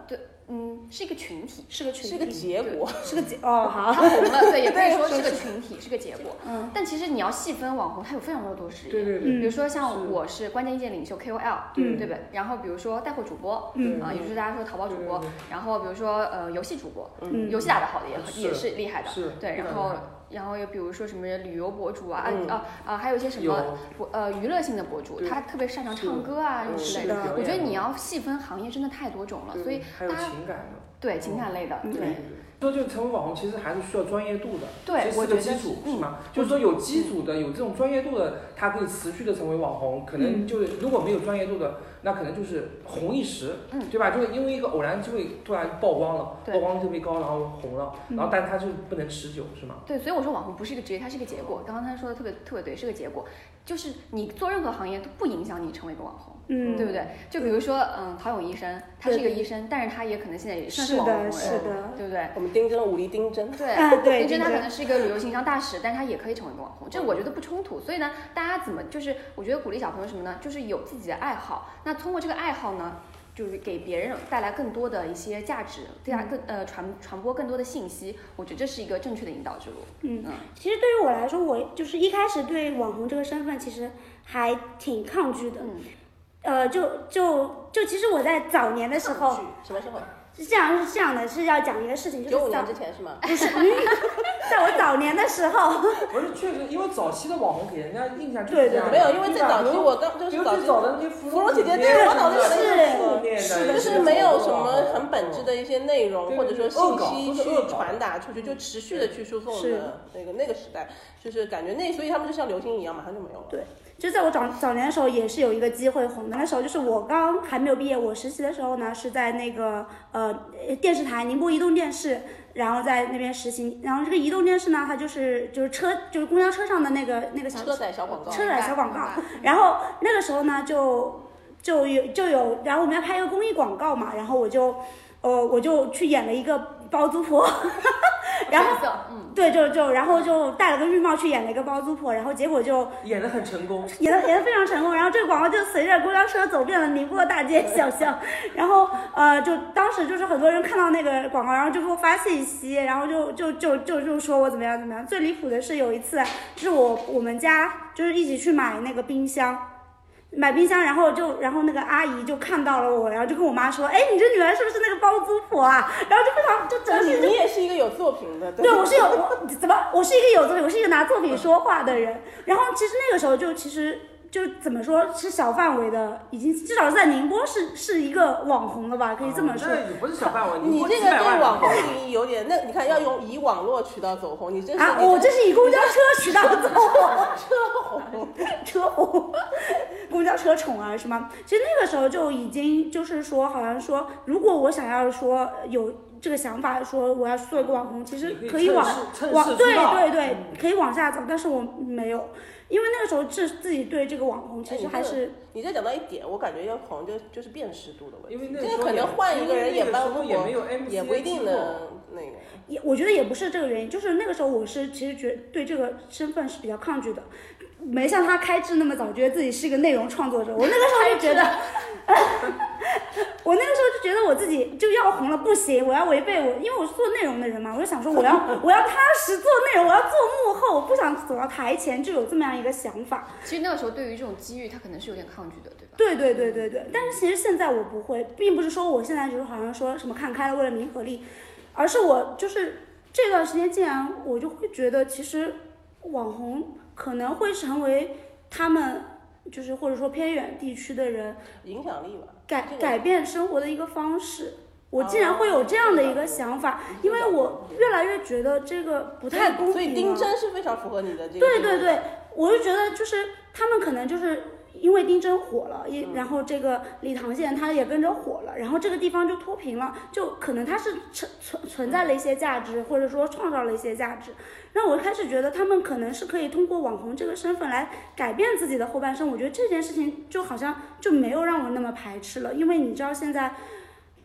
S4: 嗯，是一个 群体。
S1: 是个群体，
S2: 是个结果。
S1: 是个结哦，好，
S4: 它红了，对，也可以
S2: 对
S4: 说
S2: 说
S4: 是个
S2: 是
S4: 群体，是个结果。
S1: 嗯
S4: 但其实你要细分网红，它有非常非常多职业，
S3: 对对对，
S1: 嗯
S4: 比如说像
S3: 是
S4: 我是关键意见领袖 KOL，
S1: 嗯
S4: 对不对？然后比如说带货主播，
S1: 嗯
S4: 啊，也就是大家说淘宝主播
S3: 对对，
S4: 然后比如说呃游戏主播，
S1: 嗯，
S4: 游戏打得好的也
S3: 是
S4: 也是厉害的，
S3: 是
S4: 对，
S3: 非常
S4: 然后
S3: 厉害
S4: 然后又比如说什么旅游博主啊，啊
S2: 嗯
S4: 啊啊，还有一些什么
S3: 有
S4: 博呃娱乐性的博主，
S3: 对
S4: 他特别擅长
S3: 是
S4: 唱歌啊
S3: 嗯
S4: 之
S1: 是
S4: 类
S1: 的
S4: 的。
S3: 表
S4: 我觉得
S3: 演
S4: 你要细分行业真的太多种了，
S3: 对
S4: 所以
S3: 还有
S4: 大家
S3: 情感的。
S4: 对情感类的，
S1: 嗯
S4: 对，
S3: 说就成为网红，其实还是需要专业度的，
S4: 对
S3: 这是
S4: 我
S3: 个
S4: 觉得
S3: 基础
S4: 是
S3: 是
S2: 嗯
S3: 吗？就是说有基础的，有这种专业度的，他可以持续的成为网红。可
S2: 嗯
S3: 能就是如果没有专业度的，那可能就是红一时，
S4: 嗯
S3: 对吧？就是因为一个偶然机会突然曝光了，
S4: 对
S3: 曝光率特别高，然后红了，
S1: 嗯
S3: 然后但他就不能持久，是吗？
S4: 对，所以我说网红不是一个职业，它是一个结果。刚刚他说的特别特别对，是个结果，就是你做任何行业都不影响你成为一个网红，
S1: 嗯，
S4: 对不对？就比如说，嗯，陶勇医生，他是一个医生，但是他也可能现在也算是
S1: 是
S4: 网红
S1: 的，
S4: 了，
S1: 是的，
S4: 对不对？
S2: 我们丁真，武力丁真。
S4: 对，
S1: 啊对
S4: 丁真他
S1: 丁真
S4: 可能是一个旅游形象大使，但是他也可以成为一个网红，这我觉得不冲突。所以呢，大家怎么就是，我觉得鼓励小朋友什么呢？就是有自己的爱好，那通过这个爱好呢，就是给别人带来更多的一些价值，对他更
S1: 嗯
S4: 呃传传播更多的信息，我觉得这是一个正确的引导之路。
S1: 嗯
S4: 嗯。
S1: 其实对于我来说，我就是一开始对网红这个身份其实还挺抗拒的，
S4: 嗯，
S1: 呃，就就就其实我在早年的时候
S2: 什么时候？
S1: 是这样是这样的，是要讲一个事情，
S2: 九
S1: 就
S2: 五
S1: 是
S2: 年
S1: 早
S2: 之前是吗？
S1: 不是，嗯在我早年的时候，
S3: 不是，确实，因为早期的网红给人家印象就是
S1: 对
S3: 这样的，
S2: 没有，因为最
S3: 对吧
S2: 早期我刚就
S3: 比
S2: 是
S3: 如
S2: 早
S3: 最
S2: 期
S3: 早的那些芙
S2: 芙蓉姐姐
S3: 姐
S2: 对我脑子
S1: 里有那
S3: 负
S1: 个
S3: 面
S1: 是
S3: 的，
S2: 就是没有什么很本质的一些内容，
S3: 对
S2: 或者说
S3: 恶搞
S2: 信
S3: 都
S2: 息
S3: 是
S2: 去
S3: 恶搞
S2: 传达出去，就持续的去输送
S1: 是
S2: 的那个那个时代，就是感觉那，所以他们就像流星一样，马上就没有了。
S1: 对就在我早早年的时候，也是有一个机会红的。那时候就是我刚还没有毕业，我实习的时候呢，是在那个呃呃电视台宁波移动电视，然后在那边实习。然后这个移动电视呢，它就是就是车就是公交车上的那个那个小
S2: 车载小广告，
S1: 车载小广告
S4: 明白。
S1: 然后那个时候呢，就就有就有，然后我们要拍一个公益广告嘛，然后我就呃我就去演了一个包租婆， 然后
S4: 角色
S2: 哦
S4: 嗯，
S1: 对就就然后就戴了个浴帽去演了一个包租婆，然后结果就。
S3: 演的很成功，
S1: 演的演的非常成功，然后这个广告就随着公交车走遍了宁波的大街小巷，然后呃，就当时就是很多人看到那个广告，然后就给我发信息，然后就就就就就说我怎么样怎么样。最离谱的是有一次，啊就是我我们家就是一起去买那个冰箱。买冰箱，然后就，然后那个阿姨就看到了我，然后就跟我妈说：“哎，你这女儿是不是那个包租婆啊？”然后就非常，就整
S2: 但
S1: 个
S2: 是你也是一个有作品的，
S1: 对，我是有我怎么，我是一个有作品，我是一个拿作品说话的人。然后其实那个时候就其实就怎么说是小范围的，已经至少是在宁波是是一个网红了吧，可以这么说。
S3: 啊那也不是小范围，
S2: 你
S3: 过
S2: 这
S3: 几
S2: 个
S3: 百万
S2: 对网红定义有点，那你看要用以网络渠道走红，你真是
S1: 啊，
S2: 你
S1: 我这是以公交车渠道走火
S2: 车不红，
S1: 车红，公交车宠儿是吗？其实那个时候就已经就是说，好像说如果我想要说有这个想法，说我要做一个网红，其实
S3: 你
S1: 可以往
S3: 趁势趁
S1: 往
S3: 势
S1: 对
S3: 出道
S1: 对对，可以往下走，但是我没有，因为那个时候自自己对这个网红其实还是
S2: 你这讲到一点，我感觉要红就就是辨识度的问题，
S3: 因为那
S2: 这个
S3: 个时候
S2: 可能换一个人
S3: 也
S2: 演班
S3: 也
S2: 火
S3: 没有 MC
S2: 也不一定能那个。
S1: 也我觉得也不是这个原因，就是那个时候我是其实觉对这个身份是比较抗拒的，没像他开智那么早觉得自己是一个内容创作者，我那个时候就觉得。我那个时候就觉得我自己就要红了，不行，我要违背我，因为我是做内容的人嘛，我就想说我要我要踏实做内容，我要做幕后，我不想走到台前，就有这么样一个想法。
S4: 其实那个时候对于这种机遇，他可能是有点抗拒的，对吧？
S1: 对对对对对，但是其实现在我不会，并不是说我现在就是好像说什么看开了为了名和利，而是我就是这段时间竟然我就会觉得，其实网红可能会成为他们就是或者说偏远地区的人
S2: 影响力吧，
S1: 改
S2: 这个
S1: 改变生活的一个方式。我竟
S2: 哦
S1: 然会有这样的一个想法，因为我越来越觉得这个不太公平了。啊
S2: 所以丁真是非常符合你的这个。
S1: 对对对，我就觉得就是他们可能就是因为丁真火了，也、
S2: 嗯
S1: 然后这个李唐县他也跟着火了，然后这个地方就脱贫了，就可能它是存存存在了一些价值，或者说创造了一些价值。让我开始觉得他们可能是可以通过网红这个身份来改变自己的后半生。我觉得这件事情就好像就没有让我那么排斥了，因为你知道现在。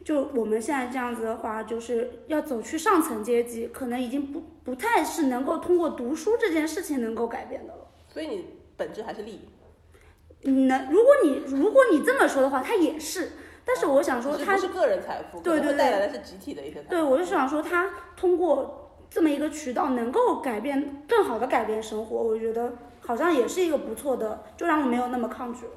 S1: 就我们现在这样子的话，就是要走去上层阶级，可能已经不不太是能够通过读书这件事情能够改变的了。
S2: 所以你本质还是利益，
S1: 嗯，那如果你如果你这么说的话，它也是，但是我想说
S2: 哦只是
S1: 它
S2: 不是个人财富，
S1: 对
S2: 可
S1: 对对
S2: 能会带来的是集体的一些财富。
S1: 对，我就想说，他通过这么一个渠道，能够改变更好的改变生活，我觉得好像也是一个不错的，就让我没有那么抗拒了。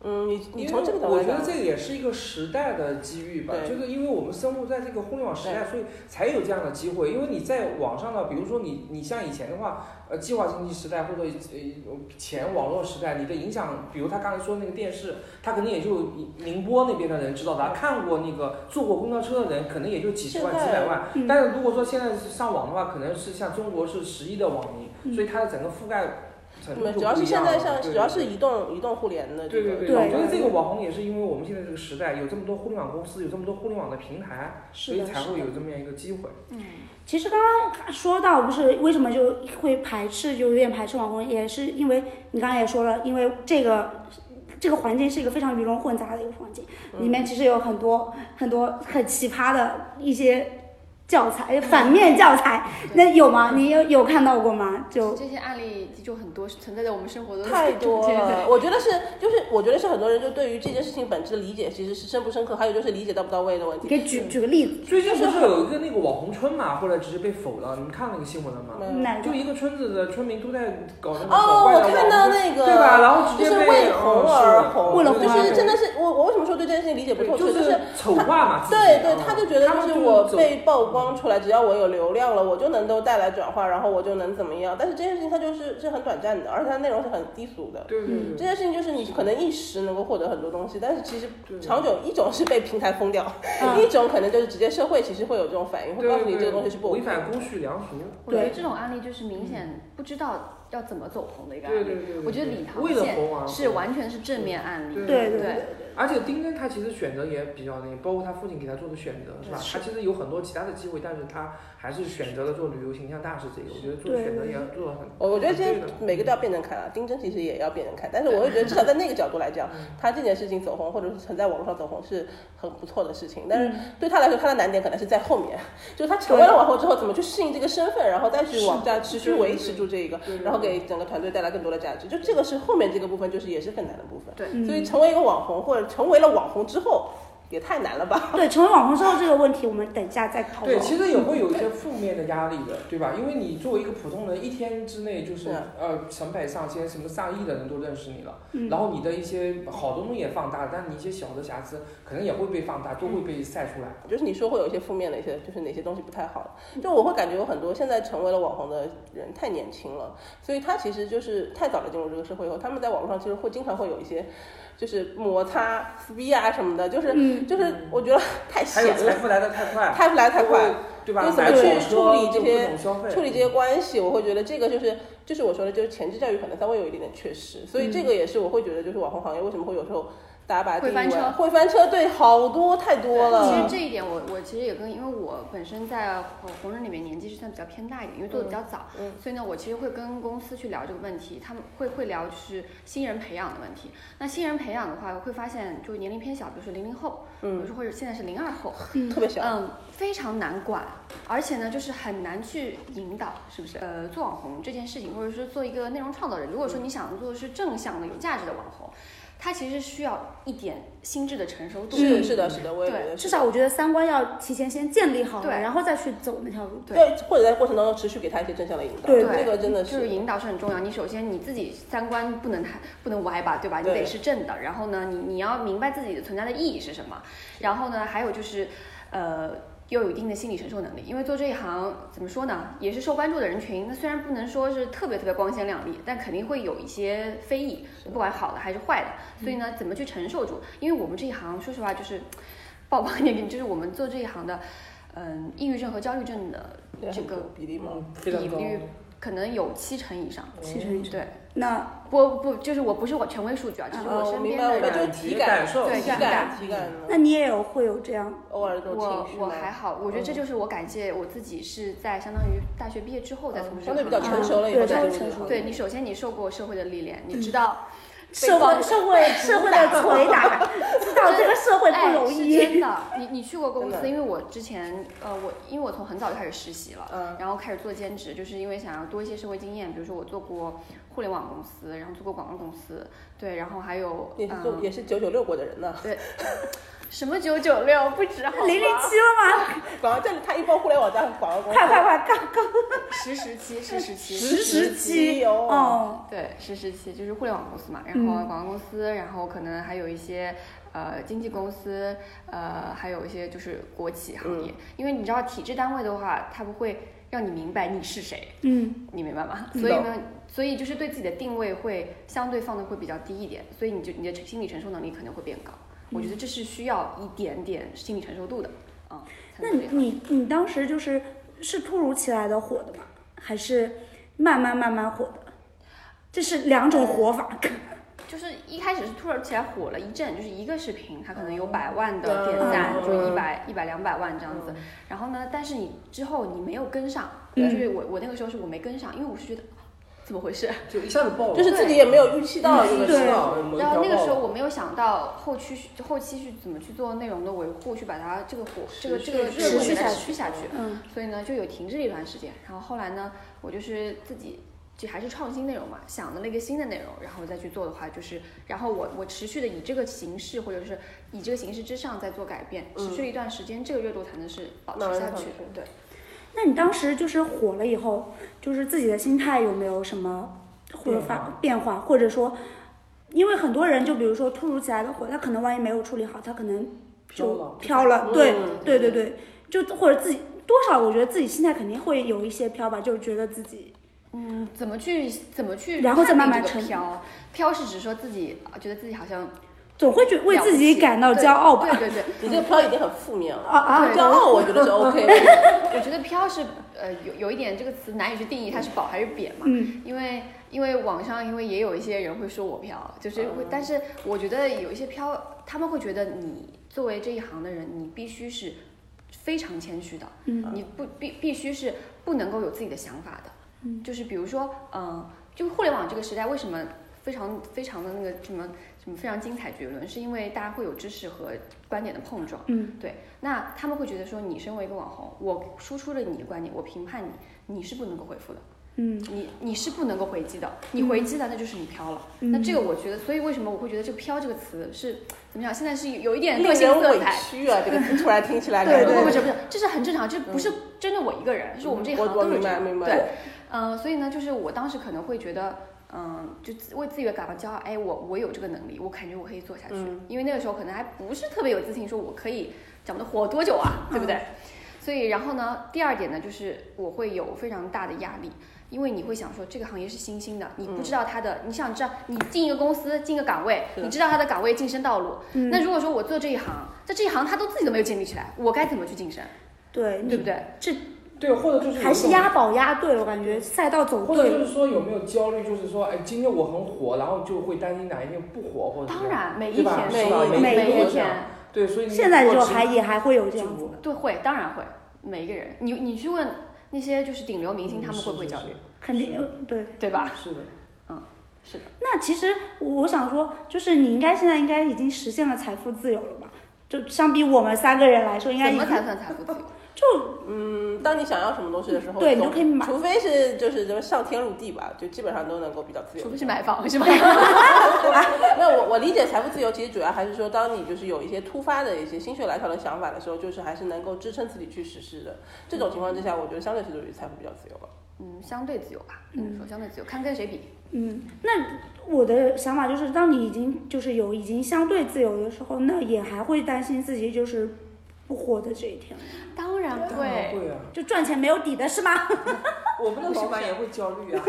S2: 嗯，你你从这个角度
S3: 我
S2: 来
S3: 觉得
S2: 讲
S3: 这也是一个时代的机遇吧，
S2: 对
S3: 就是因为我们生活在这个互联网时代，所以才有这样的机会。因为你在网上呢，比如说你你像以前的话，呃，计划经济时代或者呃前网络时代，你的影响，比如他刚才说那个电视，他可能也就宁波那边的人知道他，看过那个坐过公交车的人，可能也就几十万
S2: 现在
S3: 几百万。
S1: 嗯
S3: 但是如果说现在是上网的话，可能是像中国是十亿的网民，
S1: 嗯
S3: 所以它的整个覆盖程度
S2: 对，
S3: 就
S2: 主要
S3: 不
S2: 是
S3: 一
S2: 现
S3: 样
S2: 在
S3: 了。
S2: 像
S3: 对
S2: 主要是移动移动互联的这
S3: 对
S2: 个
S3: 对
S2: 状态，
S3: 对，我觉得这个网红也是因为我们现在这个时代有这么多互联网公司，有这么多互联网的平台，所
S1: 是
S3: 以
S1: 的，
S3: 才
S1: 是
S3: 会
S1: 的
S3: 有。这么样一个机会。
S1: 其实刚刚说到，不是为什么就会排斥，就有点排斥网红，也是因为你刚才也说了，因为这个这个环境是一个非常鱼龙混杂的一个环境，里面其实有很多很多很奇葩的一些教材，反面教材， 那有吗？你有有看到过吗？就
S4: 这些案例就很多存在在我们生活中
S2: 太多
S4: 对对对
S2: 了，我觉得是，就是我觉得是很多人就对于这件事情本质的理解其实是深不深刻，还有就是理解到不到位的问
S1: 你
S2: 题。
S1: 给举举个例子，
S3: 最近不是有一个那个网红村嘛，后来直接被否了，你们看那个新闻了吗？
S2: 嗯
S1: 哪个
S3: 就？一个村子的村民都在搞那个搞
S2: 哦，
S3: 怪的
S2: 我
S3: 网
S2: 看
S3: 红
S2: 到
S3: 村
S2: 那个，
S3: 对吧？然后直
S2: 就
S3: 接
S2: 是
S3: 被嗯
S2: 为红而红，
S1: 为了
S2: 就
S1: 红而
S2: 是
S1: 红
S2: 真的是我我为什么说对这件事情理解不透彻，
S3: 就
S2: 就是
S3: 是丑化嘛。自己
S2: 对对
S3: 嗯，
S2: 他就觉得
S3: 他们
S2: 就是
S3: 就
S2: 我
S3: 走
S2: 被曝光出来，只要我有流量了，我就能够带来转化，然后我就能怎么样。但是这件事情它就是是很短暂的，而且它内容是很低俗的。
S3: 对对对
S2: 这件事情就是你可能一时能够获得很多东西，但是其实
S3: 对
S2: 长久一种是被平台封掉，
S1: 嗯
S2: 一种可能就是直接社会其实会有这种反应，会
S3: 对
S2: 告诉你
S3: 对
S2: 这个东西是不
S3: 违
S2: OK 的
S3: 反公序良俗。
S4: 我觉得
S1: 对
S4: 这种案例就是明显不知道要怎么走红的一个案
S3: 对
S4: 例。
S3: 对对对，
S4: 我觉得
S3: 对
S4: 李唐
S3: 为了
S4: 县
S3: 红而
S4: 是
S3: 红
S4: 完全是正面案例。
S3: 对
S1: 对
S4: 对
S1: 对，
S3: 而且丁真他其实选择也比较那个，包括他父亲给他做的选择，是吧？
S1: 是
S3: 他其实有很多其他的机会，但是他还是选择了做旅游形象大使这个。我觉得做
S1: 对
S3: 选择也做得很，
S2: 我我觉得今天
S3: 很对的
S2: 每个都要辩证看啊，丁真其实也要辩证看，但是我会觉得至少在那个角度来讲，他这件事情走红或者是曾在网络上走红是很不错的事情，但是对他来说他的难点可能是在后面，就是他成为了网红之后怎么去适应这个身份，然后再去往下持续维持住这一个
S3: 对对，对
S2: 然后给整个团队带来更多的价值，就这个是后面这个部分就是也是更难的部分，
S4: 对
S1: 嗯
S2: 所以成为一个网红或者成为了网红之后也太难了吧，
S1: 对，成为网红之后这个问题，我们等一下再讨
S3: 对，
S1: 论。
S3: 其实也会有一些负面的压力的，对吧？因为你作为一个普通人，一天之内就是
S2: 是
S3: 呃成百上千、什么上亿的人都认识你了，
S1: 嗯
S3: 然后你的一些好的东西也放大，但你一些小的瑕疵可能也会被放大，都会
S2: 嗯
S3: 被晒出来。
S2: 就是你说会有一些负面的一些，就是哪些东西不太好，就我会感觉有很多现在成为了网红的人太年轻了，所以他其实就是太早的进入这个社会以后，他们在网络上其实会经常会有一些就是摩擦、撕逼啊什么的，就是、
S1: 嗯
S2: 就是我觉得太
S3: 还有
S2: 闲
S3: 财
S2: 了，
S3: 富来的太快，
S2: 太不来太快，，
S3: 对吧？
S2: 就怎么
S3: 买
S2: 去
S3: 跑车
S2: 处理这
S3: 就
S2: 些
S3: 各种消费
S2: 处理这些关系，我会觉得这个就是就是我说的，就是前置教育可能稍微有一点点缺失，所以这个也是我会觉得就是网红行业为什么会有时候大家把它
S4: 嗯会
S2: 定义
S4: 翻
S2: 为
S4: 车
S2: 会翻车，对，好多太多了。
S4: 其实这一点我我其实也跟，因为我本身在红红人里面年纪是算比较偏大一点，因为做的比较早，
S2: 嗯
S4: 所以呢，我其实会跟公司去聊这个问题，他们会会聊就是新人培养的问题。那新人培养的话，会发现就年龄偏小，比如说零零后，比
S2: 嗯
S4: 如说或者现在是零二后，
S2: 特别小，
S4: 嗯，非常难管，而且呢，就是很难去引导，是不是？呃，做网红这件事情，或者是做一个内容创造人，如果说你想做的是正向的、有价值的网红，它其实需要一点心智的成熟度。
S2: 是的，是的，是的，我也觉
S4: 嗯对
S2: 得是
S1: 至少我觉得三观要提前先建立好了，
S4: 对
S1: 然后再去走那条
S3: 哦
S1: 路。
S4: 对
S2: 对，或者在过程当中持续给他一些正向的引导，
S1: 对
S2: 这个真的
S4: 呃就是是引导是很重要。你首先你自己三观不能太不能歪吧，对吧？你
S2: 对
S4: 得是正的。然后呢，你你要明白自己的存在的意义是什么。然后呢，还有就是，呃，要有一定的心理承受能力，因为做这一行怎么说呢，也是受关注的人群。那虽然不能说是特别特别光鲜亮丽，但肯定会有一些非议，不管好的还是坏的。所以呢，怎么去承受住？因为我们这一行，说实话就是曝光一点给你，就是我们做这一行的，嗯，抑郁症和焦虑症的
S2: 对
S4: 这个
S2: 很多比例嘛。
S3: 嗯，非常
S4: 比
S3: 高。
S4: 率可能有七成以上。
S1: 其实
S4: 对，
S1: 那
S4: 不不，就是我不是我权威数据啊，只是
S2: 哦
S4: 我身
S2: 明
S4: 边
S2: 白，
S4: 的
S2: 我们
S4: 人。
S2: 就是体感
S3: 感受
S4: 对
S2: 体
S4: 体
S2: 感，
S4: 感嗯
S2: 体感的，
S1: 那你也有会有这样
S2: 偶尔这种情
S4: 我
S2: 绪嗯
S4: 我
S2: 吗
S4: 还好，我觉得这就是我感谢我自己是在相当于大学毕业之后再从事这
S2: 嗯相
S4: 个
S2: 对比较
S4: 行业
S2: 成熟了以后
S1: 对
S2: 再
S1: 相对
S2: 入这个
S1: 成熟
S2: 行业，
S4: 对你，首先你受过社会的历练，
S1: 嗯
S4: 你知道
S1: 社会社会社会的捶打，知道这个社会不容
S4: 哎、
S1: 易
S4: 是。真的。你你去过公
S2: 真
S4: 司，
S2: 的
S4: 因为我之前呃，我因为我从很早就开始实习了，
S2: 嗯
S4: 然后开始做兼职，就是因为想要多一些社会经验。比如说我做过互联网公司，然后做过广告公司，对，然后还有
S2: 也是做
S4: 嗯
S2: 也是九九六过的人呢，
S4: 什么九九六不止好吗
S1: 零零七了吗？
S2: 广告站他一帮互联网站广告公司
S1: 快，快快，杠杠！
S4: 实时期，实时期，
S1: 实时期
S2: 哦，
S1: 哦，
S4: 对，实时期就是互联网公司嘛，然后
S1: 嗯
S4: 广告公司，然后可能还有一些呃经纪公司，呃，还有一些就是国企行
S1: 嗯
S4: 业，因为你知道体制单位的话，它不会让你明白你是谁，
S1: 嗯，
S4: 你明白吗？
S2: 嗯
S4: 所以呢，所以就是对自己的定位会相对放的会比较低一点，所以你就你的心理承受能力可能会变高。
S1: 嗯
S4: 我觉得这是需要一点点心理承受度的，啊、才
S1: 那
S4: 能这
S1: 你
S4: 样。
S1: 你你当时就是是突如其来的火的吗？还是慢慢慢慢火的？这是两种火法。
S4: 就是一开始是突然起来火了一阵，就是一个视频，它可能有百万的点
S2: 嗯
S4: 赞，
S2: 嗯
S4: 就一百一百两百万这样子。然后呢，但是你之后你没有跟上，就是我我那个时候是我没跟上，因为我是觉得哦怎么回事？
S3: 就一下子爆了，
S2: 就是自己也没有预期到这个
S1: 对
S2: 事情，
S4: 嗯然后那个时
S1: 哦
S4: 候我没有想到后期去后期去怎么去做内容的维护，去把它这个火这个这个
S2: 持
S4: 这
S2: 续
S4: 个
S1: 持
S4: 火
S1: 续
S4: 给它
S1: 下
S4: 持续下去。
S1: 嗯
S4: 所以呢就有停滞了一段时间。然后后来呢，我就是自己就还是创新内容嘛，想了那个新的内容，然后再去做的话，就是然后我我持续的以这个形式或者是以这个形式之上再做改变，
S2: 嗯
S4: 持续了一段时间，这个热度才能是保
S2: 慢慢
S4: 持下
S2: 上
S4: 去
S2: 去。
S4: 对，
S1: 那你当时就是火了以后，就是自己的心态有没有什么或者发变化，或者说，因为很多人就比如说突如其来的火，他可能万一没有处理好，他可能
S3: 飘
S1: 就
S3: 了
S1: 飘了。对
S2: 嗯
S1: 对对对，就或者自己多少，我觉得自己心态肯定会有一些飘吧，就是觉得自己
S4: 嗯，怎么去怎么去
S1: 然后再
S4: 判定
S1: 慢慢
S4: 这个
S1: 沉
S4: 飘飘是指说自己啊觉得自己好像
S1: 总会觉为
S4: 了不
S1: 自己
S4: 起
S1: 感到
S4: 对
S1: 骄傲吧。
S4: 对对对，
S2: 你这个飘已经很负面了，
S1: 啊啊！
S2: 骄傲我觉 得是 OK 的，
S4: 我觉得飘是呃有有一点这个词难以去定义它是褒还是贬嘛，
S1: 嗯，
S4: 因为因为网上因为也有一些人会说我飘，就是会，
S1: 哦
S4: 但是我觉得有一些飘，他们会觉得你作为这一行的人，你必须是非常谦虚的，
S1: 嗯
S4: 你不必必须是不能够有自己的想法的，就是比如说，嗯、就互联网这个时代为什么非常非常的那个什么什么非常精彩绝伦，是因为大家会有知识和观点的碰撞。
S1: 嗯，
S4: 对，那他们会觉得说，你身为一个网红，我输出了你的观点，我评判你，你是不能够回复的。
S1: 嗯，
S4: 你你是不能够回击的，你回击了那就是你飘了。
S1: 嗯
S4: 那这个我觉得，所以为什么我会觉得这个飘这个词是怎么讲？现在是有一点个
S2: 令
S4: 性
S2: 人
S4: 色
S2: 委
S4: 彩。
S2: 屈啊！这个词突然听起来，
S1: 对
S4: 不
S1: 对
S4: 不
S1: 对
S4: 不是不是，这是很正常，这不是针对我一个人，是我们这一行
S2: 嗯我
S4: 都是
S2: 明
S4: 这
S2: 白
S4: 样。
S2: 明白
S4: 对，嗯、所以呢，就是我当时可能会觉得，嗯、就自为自己感到骄傲，哎，我我有这个能力，我感觉我可以做下去，
S2: 嗯
S4: 因为那个时候可能还不是特别有自信，说我可以讲的火多久啊，对不对？
S3: 嗯
S4: 所以然后呢，第二点呢，就是我会有非常大的压力。因为你会想说，这个行业是新兴的，你不
S3: 嗯
S4: 知道它的，你想知道，你进一个公司，进一个岗位，
S2: 是的
S4: 你知道它的岗位晋升道路。
S1: 嗯
S4: 那如果说我做这一行，在这一行他都自己都没有建立起来，我该怎么去晋升，
S1: 对，
S4: 对
S1: 你
S4: 不对？
S3: 嗯
S1: 这
S3: 对，或者就是有
S1: 还是
S3: 一种
S1: 押宝押对了，我感觉赛道走
S3: 或者就
S1: 对。
S3: 是说有没有焦虑，就是说，哎，今天我很火，然后就会担心哪一天不火，或者是
S4: 当然，每一
S3: 对吧
S4: 天，
S3: 是吧
S2: 每一
S3: 每
S4: 每
S3: 天
S4: 一
S3: 都这样
S4: 天，
S3: 对，所以你
S1: 现在
S3: 如果
S1: 就
S3: 持
S1: 还也还会有这样
S3: 进
S1: 子
S3: 步
S1: 的，
S4: 对，会，当然会，每一个人，你你去问那些就是顶流明星，他们会不会焦虑，
S1: 肯定对。
S4: 对吧？
S3: 嗯是的，
S4: 是的，
S1: 那其实我想说，就是你应该现在应该已经实现了财富自由了吧？就相比我们三个人来说，应该
S4: 怎
S1: 已
S4: 么才
S1: 经
S4: 算财富自由？
S1: 就
S2: 嗯，当你想要什么东西的时候，
S1: 对你
S2: 总
S1: 都可以买
S2: 除非是就是什么上天入地吧，就基本上都能够比较自由。
S4: 除非是买房是吧？
S2: 没有，我我理解财富自由，其实主要还是说，当你就是有一些突发的一些心血来潮的想法的时候，就是还是能够支撑自己去实施的。这种情况之下，我觉得相对是对于财富比较自由吧。
S4: 嗯，相对自由吧，只能说相对自由，看跟谁比。
S1: 嗯，那我的想法就是，当你已经就是有已经相对自由的时候，那也还会担心自己就是不活的这一天，
S4: 当然会，
S3: 会啊，
S1: 就赚钱没有底的是吗？
S5: 我们的老板也会焦虑 啊。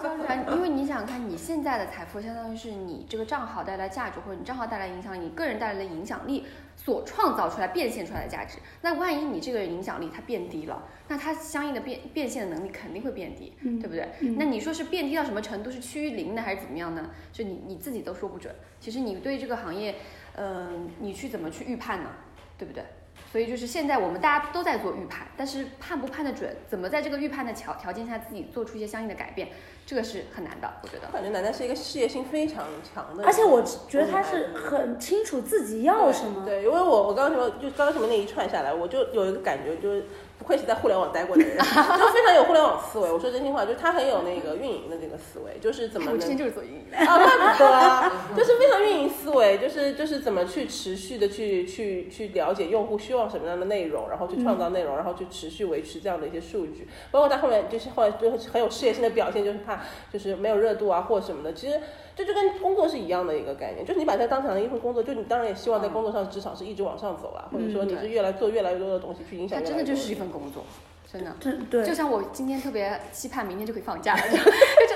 S4: 当然，因为你想看你现在的财富，相当于是你这个账号带来价值，或者你账号带来影响，你个人带来的影响力所创造出来、变现出来的价值。那万一你这个影响力它变低了，那它相应的变变现能力肯定会变低，
S1: 嗯
S4: 对不对？
S1: 嗯
S4: 那你说是变低到什么程度？是趋于零呢，还是怎么样呢？就你你自己都说不准。其实你对这个行业，嗯、你去怎么去预判呢？对不对？所以就是现在我们大家都在做预判，但是判不判得准，怎么在这个预判的条条件下自己做出一些相应的改变，这个是很难的，我觉得
S2: 我。感觉楠楠是一个事业心非常强的人，
S1: 而且我觉得他是很清楚自己要什么。
S2: 对，因为我我刚刚什么就刚刚什么那一串下来，我就有一个感觉，就是不愧是在互联网待过的 人，就非常有互联网思维。我说真心话，就是他很有那个运营的这个思维，就是怎么
S4: 我之前
S2: 能。
S4: 就是做运营的，
S2: 啊，怪不得 啊，就是非常运营思维，就是就是怎么去持续的去去去了解用户需要什么样的内容，然后去创造
S1: 嗯
S2: 内容，然后去持续维持这样的一些数据。包括他后面就是后来就是很有事业心的表现，就是怕就是没有热度啊或什么的。其实这就跟工作是一样的一个概念，就是你把它当成一份工作，就你当然也希望在工作上职场是一直往上走啦，啊
S1: 嗯
S2: 或者说你是越来做越来越多的东西去影响
S4: 它
S2: 越来
S4: 真
S2: 越
S4: 的就
S2: 多
S4: 是一
S2: 人
S4: 份工作，真的。
S1: 对对，
S4: 就像我今天特别期盼明天就可以放 假了，就就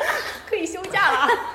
S4: 啊可以休假了。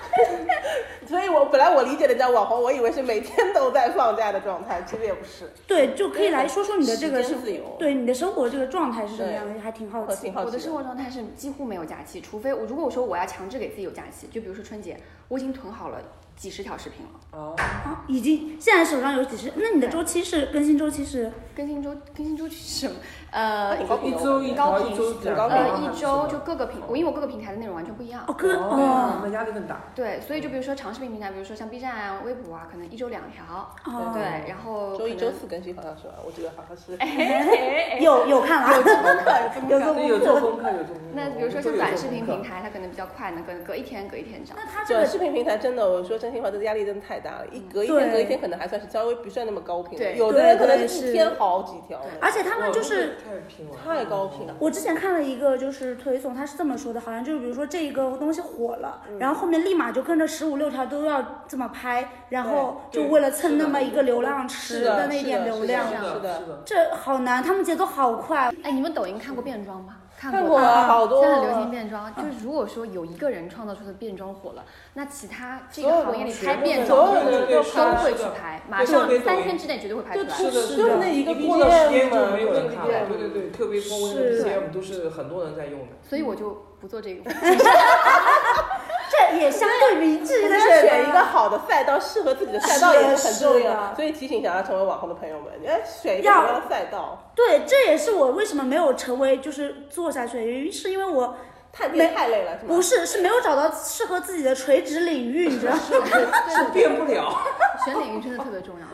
S2: 所以我本来我理解的叫网红，我以为是每天都在放假的状态，其实也不是。
S1: 对，就可以来说说你的这个
S2: 时
S1: 是
S2: 间自由，
S1: 对你的生活这个状态是什么样的，还挺好
S2: 我
S1: 奇。
S2: 挺好奇
S4: 我的生活状态是几乎没有假期，除非我如果我说我要强制给自己有假期，就比如说春节，我已经囤好了几十条视频 了，
S5: 哦，
S1: 啊，已经现在手上有几十，那你的周期是更新周期是？
S4: 更新周更新周期是什么？呃，
S2: 挺
S3: 一周一条，一周啊两条，
S4: 呃，一周
S3: 哦
S4: 就各个平，我因为我各个平台的内容完全不一样
S1: 哦，。哥
S3: 啊
S5: 哦，
S1: 哦
S5: 那压力更大。
S4: 对，所以就比如说长视频平台，比如说像 B 站啊、微博啊，可能一周两条。
S1: 哦，
S4: 对，然后
S2: 周一、
S4: 可
S2: 周
S4: 能
S2: 四更新好像是吧？我记得好 像是。
S1: 哎有有看了，有啊做功课，有做
S3: 对，有
S1: 功
S3: 做
S1: 课。
S3: 功课，有做功课。
S4: 那比如说像短视频平台，它可能比较快，能隔隔一天隔一天这样。
S1: 那他这
S2: 短
S1: 个
S2: 视频平台真的，我说真心话，这个压力真的太大了。一隔一天，
S1: 对
S2: 隔一天可能还算是稍微不算那么高频的，
S4: 对
S2: 有的人可
S1: 对
S2: 能
S1: 对
S2: 一
S1: 是
S2: 天好几条呢。
S1: 而且他们就是
S3: 太拼了，哦
S2: 太高频了。
S1: 我之前看了一个就是推送，他是这么说的，好像就是比如说这个东西火了，
S2: 嗯
S1: 然后后面立马就跟着十五六条都要这么拍，然后
S3: 对
S1: 就
S3: 对
S1: 为了蹭那么一个流量池
S2: 是的
S1: 那
S2: 是
S1: 点
S2: 的
S1: 流
S2: 是
S1: 量，
S2: 这样
S3: 是
S2: 是的
S3: 是的。
S1: 这好难，他们节奏好快。哦
S4: 哎，你们抖音看过变装吗？看
S2: 看
S4: 过
S2: 过
S4: 吧。
S2: 啊，
S1: 啊
S2: 好多
S4: 现在很流行变装，就是如果说有一个人创造出的变装火了，那其他这
S2: 所有人
S4: 个行业里
S2: 都
S4: 拍变
S2: 所
S4: 装
S2: 有人
S4: 的人
S2: 都
S4: 都
S2: 拍
S4: 会去
S3: 是的
S4: 拍，马
S3: 特
S4: 上
S3: 别抖
S4: 三
S3: 音
S4: 天之内绝对会拍出
S2: 就
S4: 来。
S2: 是
S3: 是
S2: 的
S3: 的，
S2: 是
S3: 是
S2: 的就
S3: 的，
S2: 是那一个
S3: 个
S2: 过了时间
S3: 就没有人
S2: 嘛
S3: 看
S2: 对
S3: 了，
S2: 对
S3: 对对对，特别多微
S1: 是
S3: 信 CM 都是很多人在用的。
S4: 所以我就不做这个。
S1: 这也相对明智
S2: 就
S1: 的啊
S2: 是选一个好的赛道，适合自己的赛道
S1: 是
S2: 也
S1: 的
S2: 是很重
S1: 是
S2: 要。
S1: 的
S2: 所以提醒想啊要成为网红的朋友们，你要选一个什么样的赛道？
S1: 对，这也是我为什么没有成为就是做下去的原因，是因为我
S2: 探店太累了，是吗？
S1: 不是是没有找到适合自己的垂直领域，你知道吗？
S5: 是变不了。
S4: 选领域真的特别重要。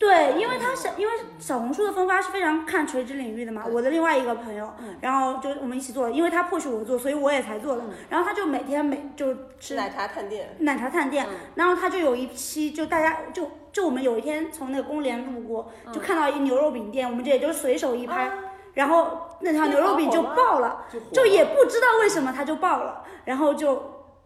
S1: 对，因为他小，因为小红书的分发是非常看垂直领域的嘛。我的另外一个朋友，
S2: 嗯
S1: 然后就我们一起做，因为他迫使我做，所以我也才做的。然后他就每天每就吃
S2: 奶嗯茶探店。
S1: 奶茶探店，然后他就有一批，就大家就就我们有一天从那个公联路过，
S2: 嗯
S1: 就看到一牛肉饼店，我们这也就随手一
S2: 啊
S1: 拍，然后那条牛肉饼就爆了，
S3: 就火了
S1: 就也不知道为什么它就爆了，然后就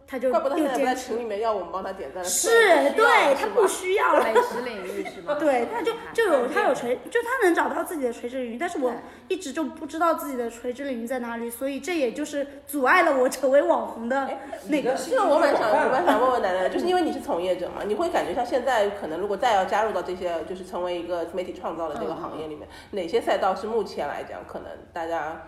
S1: 他就
S2: 怪不得他
S1: 又
S2: 在
S1: 坚
S2: 在
S1: 持
S2: 群里，面要我们帮他点赞，
S1: 是
S2: 虽然不需
S1: 对
S2: 要是
S1: 他
S2: 吧
S1: 不需要了。
S4: 美食领域是吧？
S1: 对，他就就有他有垂，就他能找到自己的垂直领域，但是我
S4: 对
S1: 一直就不知道自己的垂直领域在哪里，所以这也就是阻碍了我成为网红的那个。
S2: 这个我蛮想，我蛮
S1: 啊
S2: 想问问楠楠，就是因为 你是从业者嘛，你会感觉像现在可能如果再要加入到这些，就是成为一个媒体创造的这个行业里
S1: 嗯
S2: 面，哪些赛道是目前来讲可能大家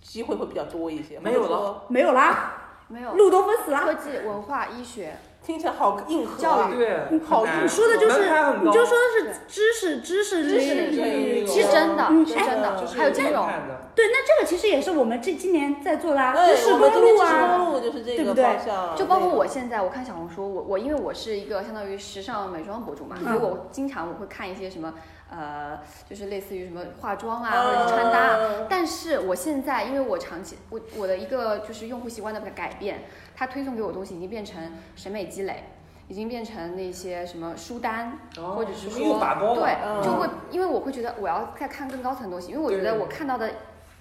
S2: 机会会比较多一些？
S5: 没有了
S2: 或者说，
S1: 没有啦，
S4: 没有
S1: 路都封死啦。
S4: 科技、文化、医学、
S2: 听起来好硬核
S4: 教
S2: 啊！
S4: 育
S3: 对，
S2: 好
S3: 很难
S2: 你
S1: 说的就是
S3: 门槛很
S1: 你
S3: 高
S1: 就说的是知识，知识
S4: 知识
S1: 领
S4: 领哦
S2: 域
S4: 是真的，
S1: 嗯
S4: 是
S2: 哎
S4: 真的，
S3: 就是
S4: 还有金融
S3: 门。槛的
S1: 对，那这个其实也是我们这今年在做的啊，
S2: 对
S1: 知识
S2: 我们
S1: 公
S2: 今天
S1: 路
S2: 知识
S1: 啊，
S2: 公路就是这
S1: 对不
S2: 个
S1: 对
S2: 方向，
S4: 就包括
S2: 那个
S4: 我现在，我看小红书，我我因为我是一个相当于时尚美妆博主嘛，所以
S3: 嗯
S4: 我经常我会看一些什么呃，就是类似于什么化妆啊，或者是穿搭
S3: 哦
S4: 啊。
S2: 啊，
S4: 但是我现在，因为我长期我我的一个就是用户习惯的改变，它推送给我的东西已经变成审美积累，已经变成那些什么书单，
S3: 哦
S4: 或者是
S3: 就是又
S4: 说
S3: 打包了
S4: 对，
S2: 嗯
S4: 就会因为我会觉得我要再看更高层的东西，因为我觉得
S3: 对
S4: 我看到的。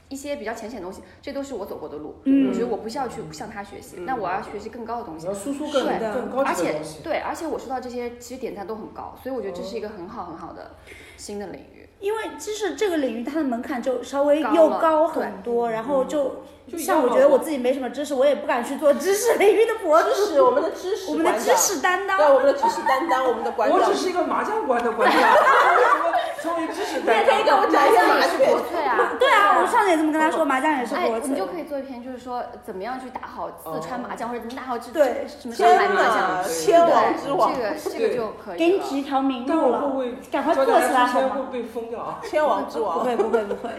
S4: 一些比较浅显的东西，这都是我走过的路。
S1: 嗯
S4: 我觉得我不需要去向他学习，
S3: 嗯
S4: 那我要学习更高的东
S3: 你
S4: 西。
S3: 要输出更
S4: 对
S1: 的
S3: 更高
S4: 而
S3: 级的
S4: 且
S3: 东西。
S4: 对，而且我收到这些其实点赞都很高，所以我觉得这是一个很好很好的新的领域。
S1: 因为知识这个领域它的门槛就稍微
S4: 高
S1: 又
S4: 了
S1: 高很多，然后就
S3: 就
S1: 像
S3: 一样
S1: 我
S3: 嘛
S1: 觉得
S3: 我
S1: 我自己没什么知识，我也不敢去做知识领域的博主，
S2: 知识我们的知识
S1: 我
S2: 馆长，
S1: 们的知识担
S2: 对，
S1: 当，
S2: 我们的知识担当，我们的馆
S3: 我
S2: 长
S3: 只。是一个麻将馆的馆长，为什么成为知识
S2: 你也
S3: 担
S2: 可以给我们
S3: 当？
S2: 讲一下
S4: 麻
S2: 麻
S4: 将也是
S2: 雀
S4: 国。粹啊，
S1: 对啊，我上次也这么跟他说，麻将也是
S4: 哎，
S1: 国
S4: 我
S1: 粹
S4: 们就，可以做一篇，就是说怎么样去打好四川麻将，或者怎么打好这
S1: 对
S4: 什么上海
S2: 天
S4: 麻
S2: 哪，
S4: 将，
S2: 天王之王
S4: 对，这个这个就可以了。
S1: 给你指一条明
S3: 但
S1: 路
S3: 我会不
S1: 了，
S3: 会
S1: 赶快
S3: 教
S1: 做
S3: 大
S1: 起
S3: 家
S1: 来
S3: 出
S1: 好
S3: 签
S1: 吗
S3: 会？被封掉啊？
S2: 天王之
S1: 不
S2: 王。
S1: 会不会不会，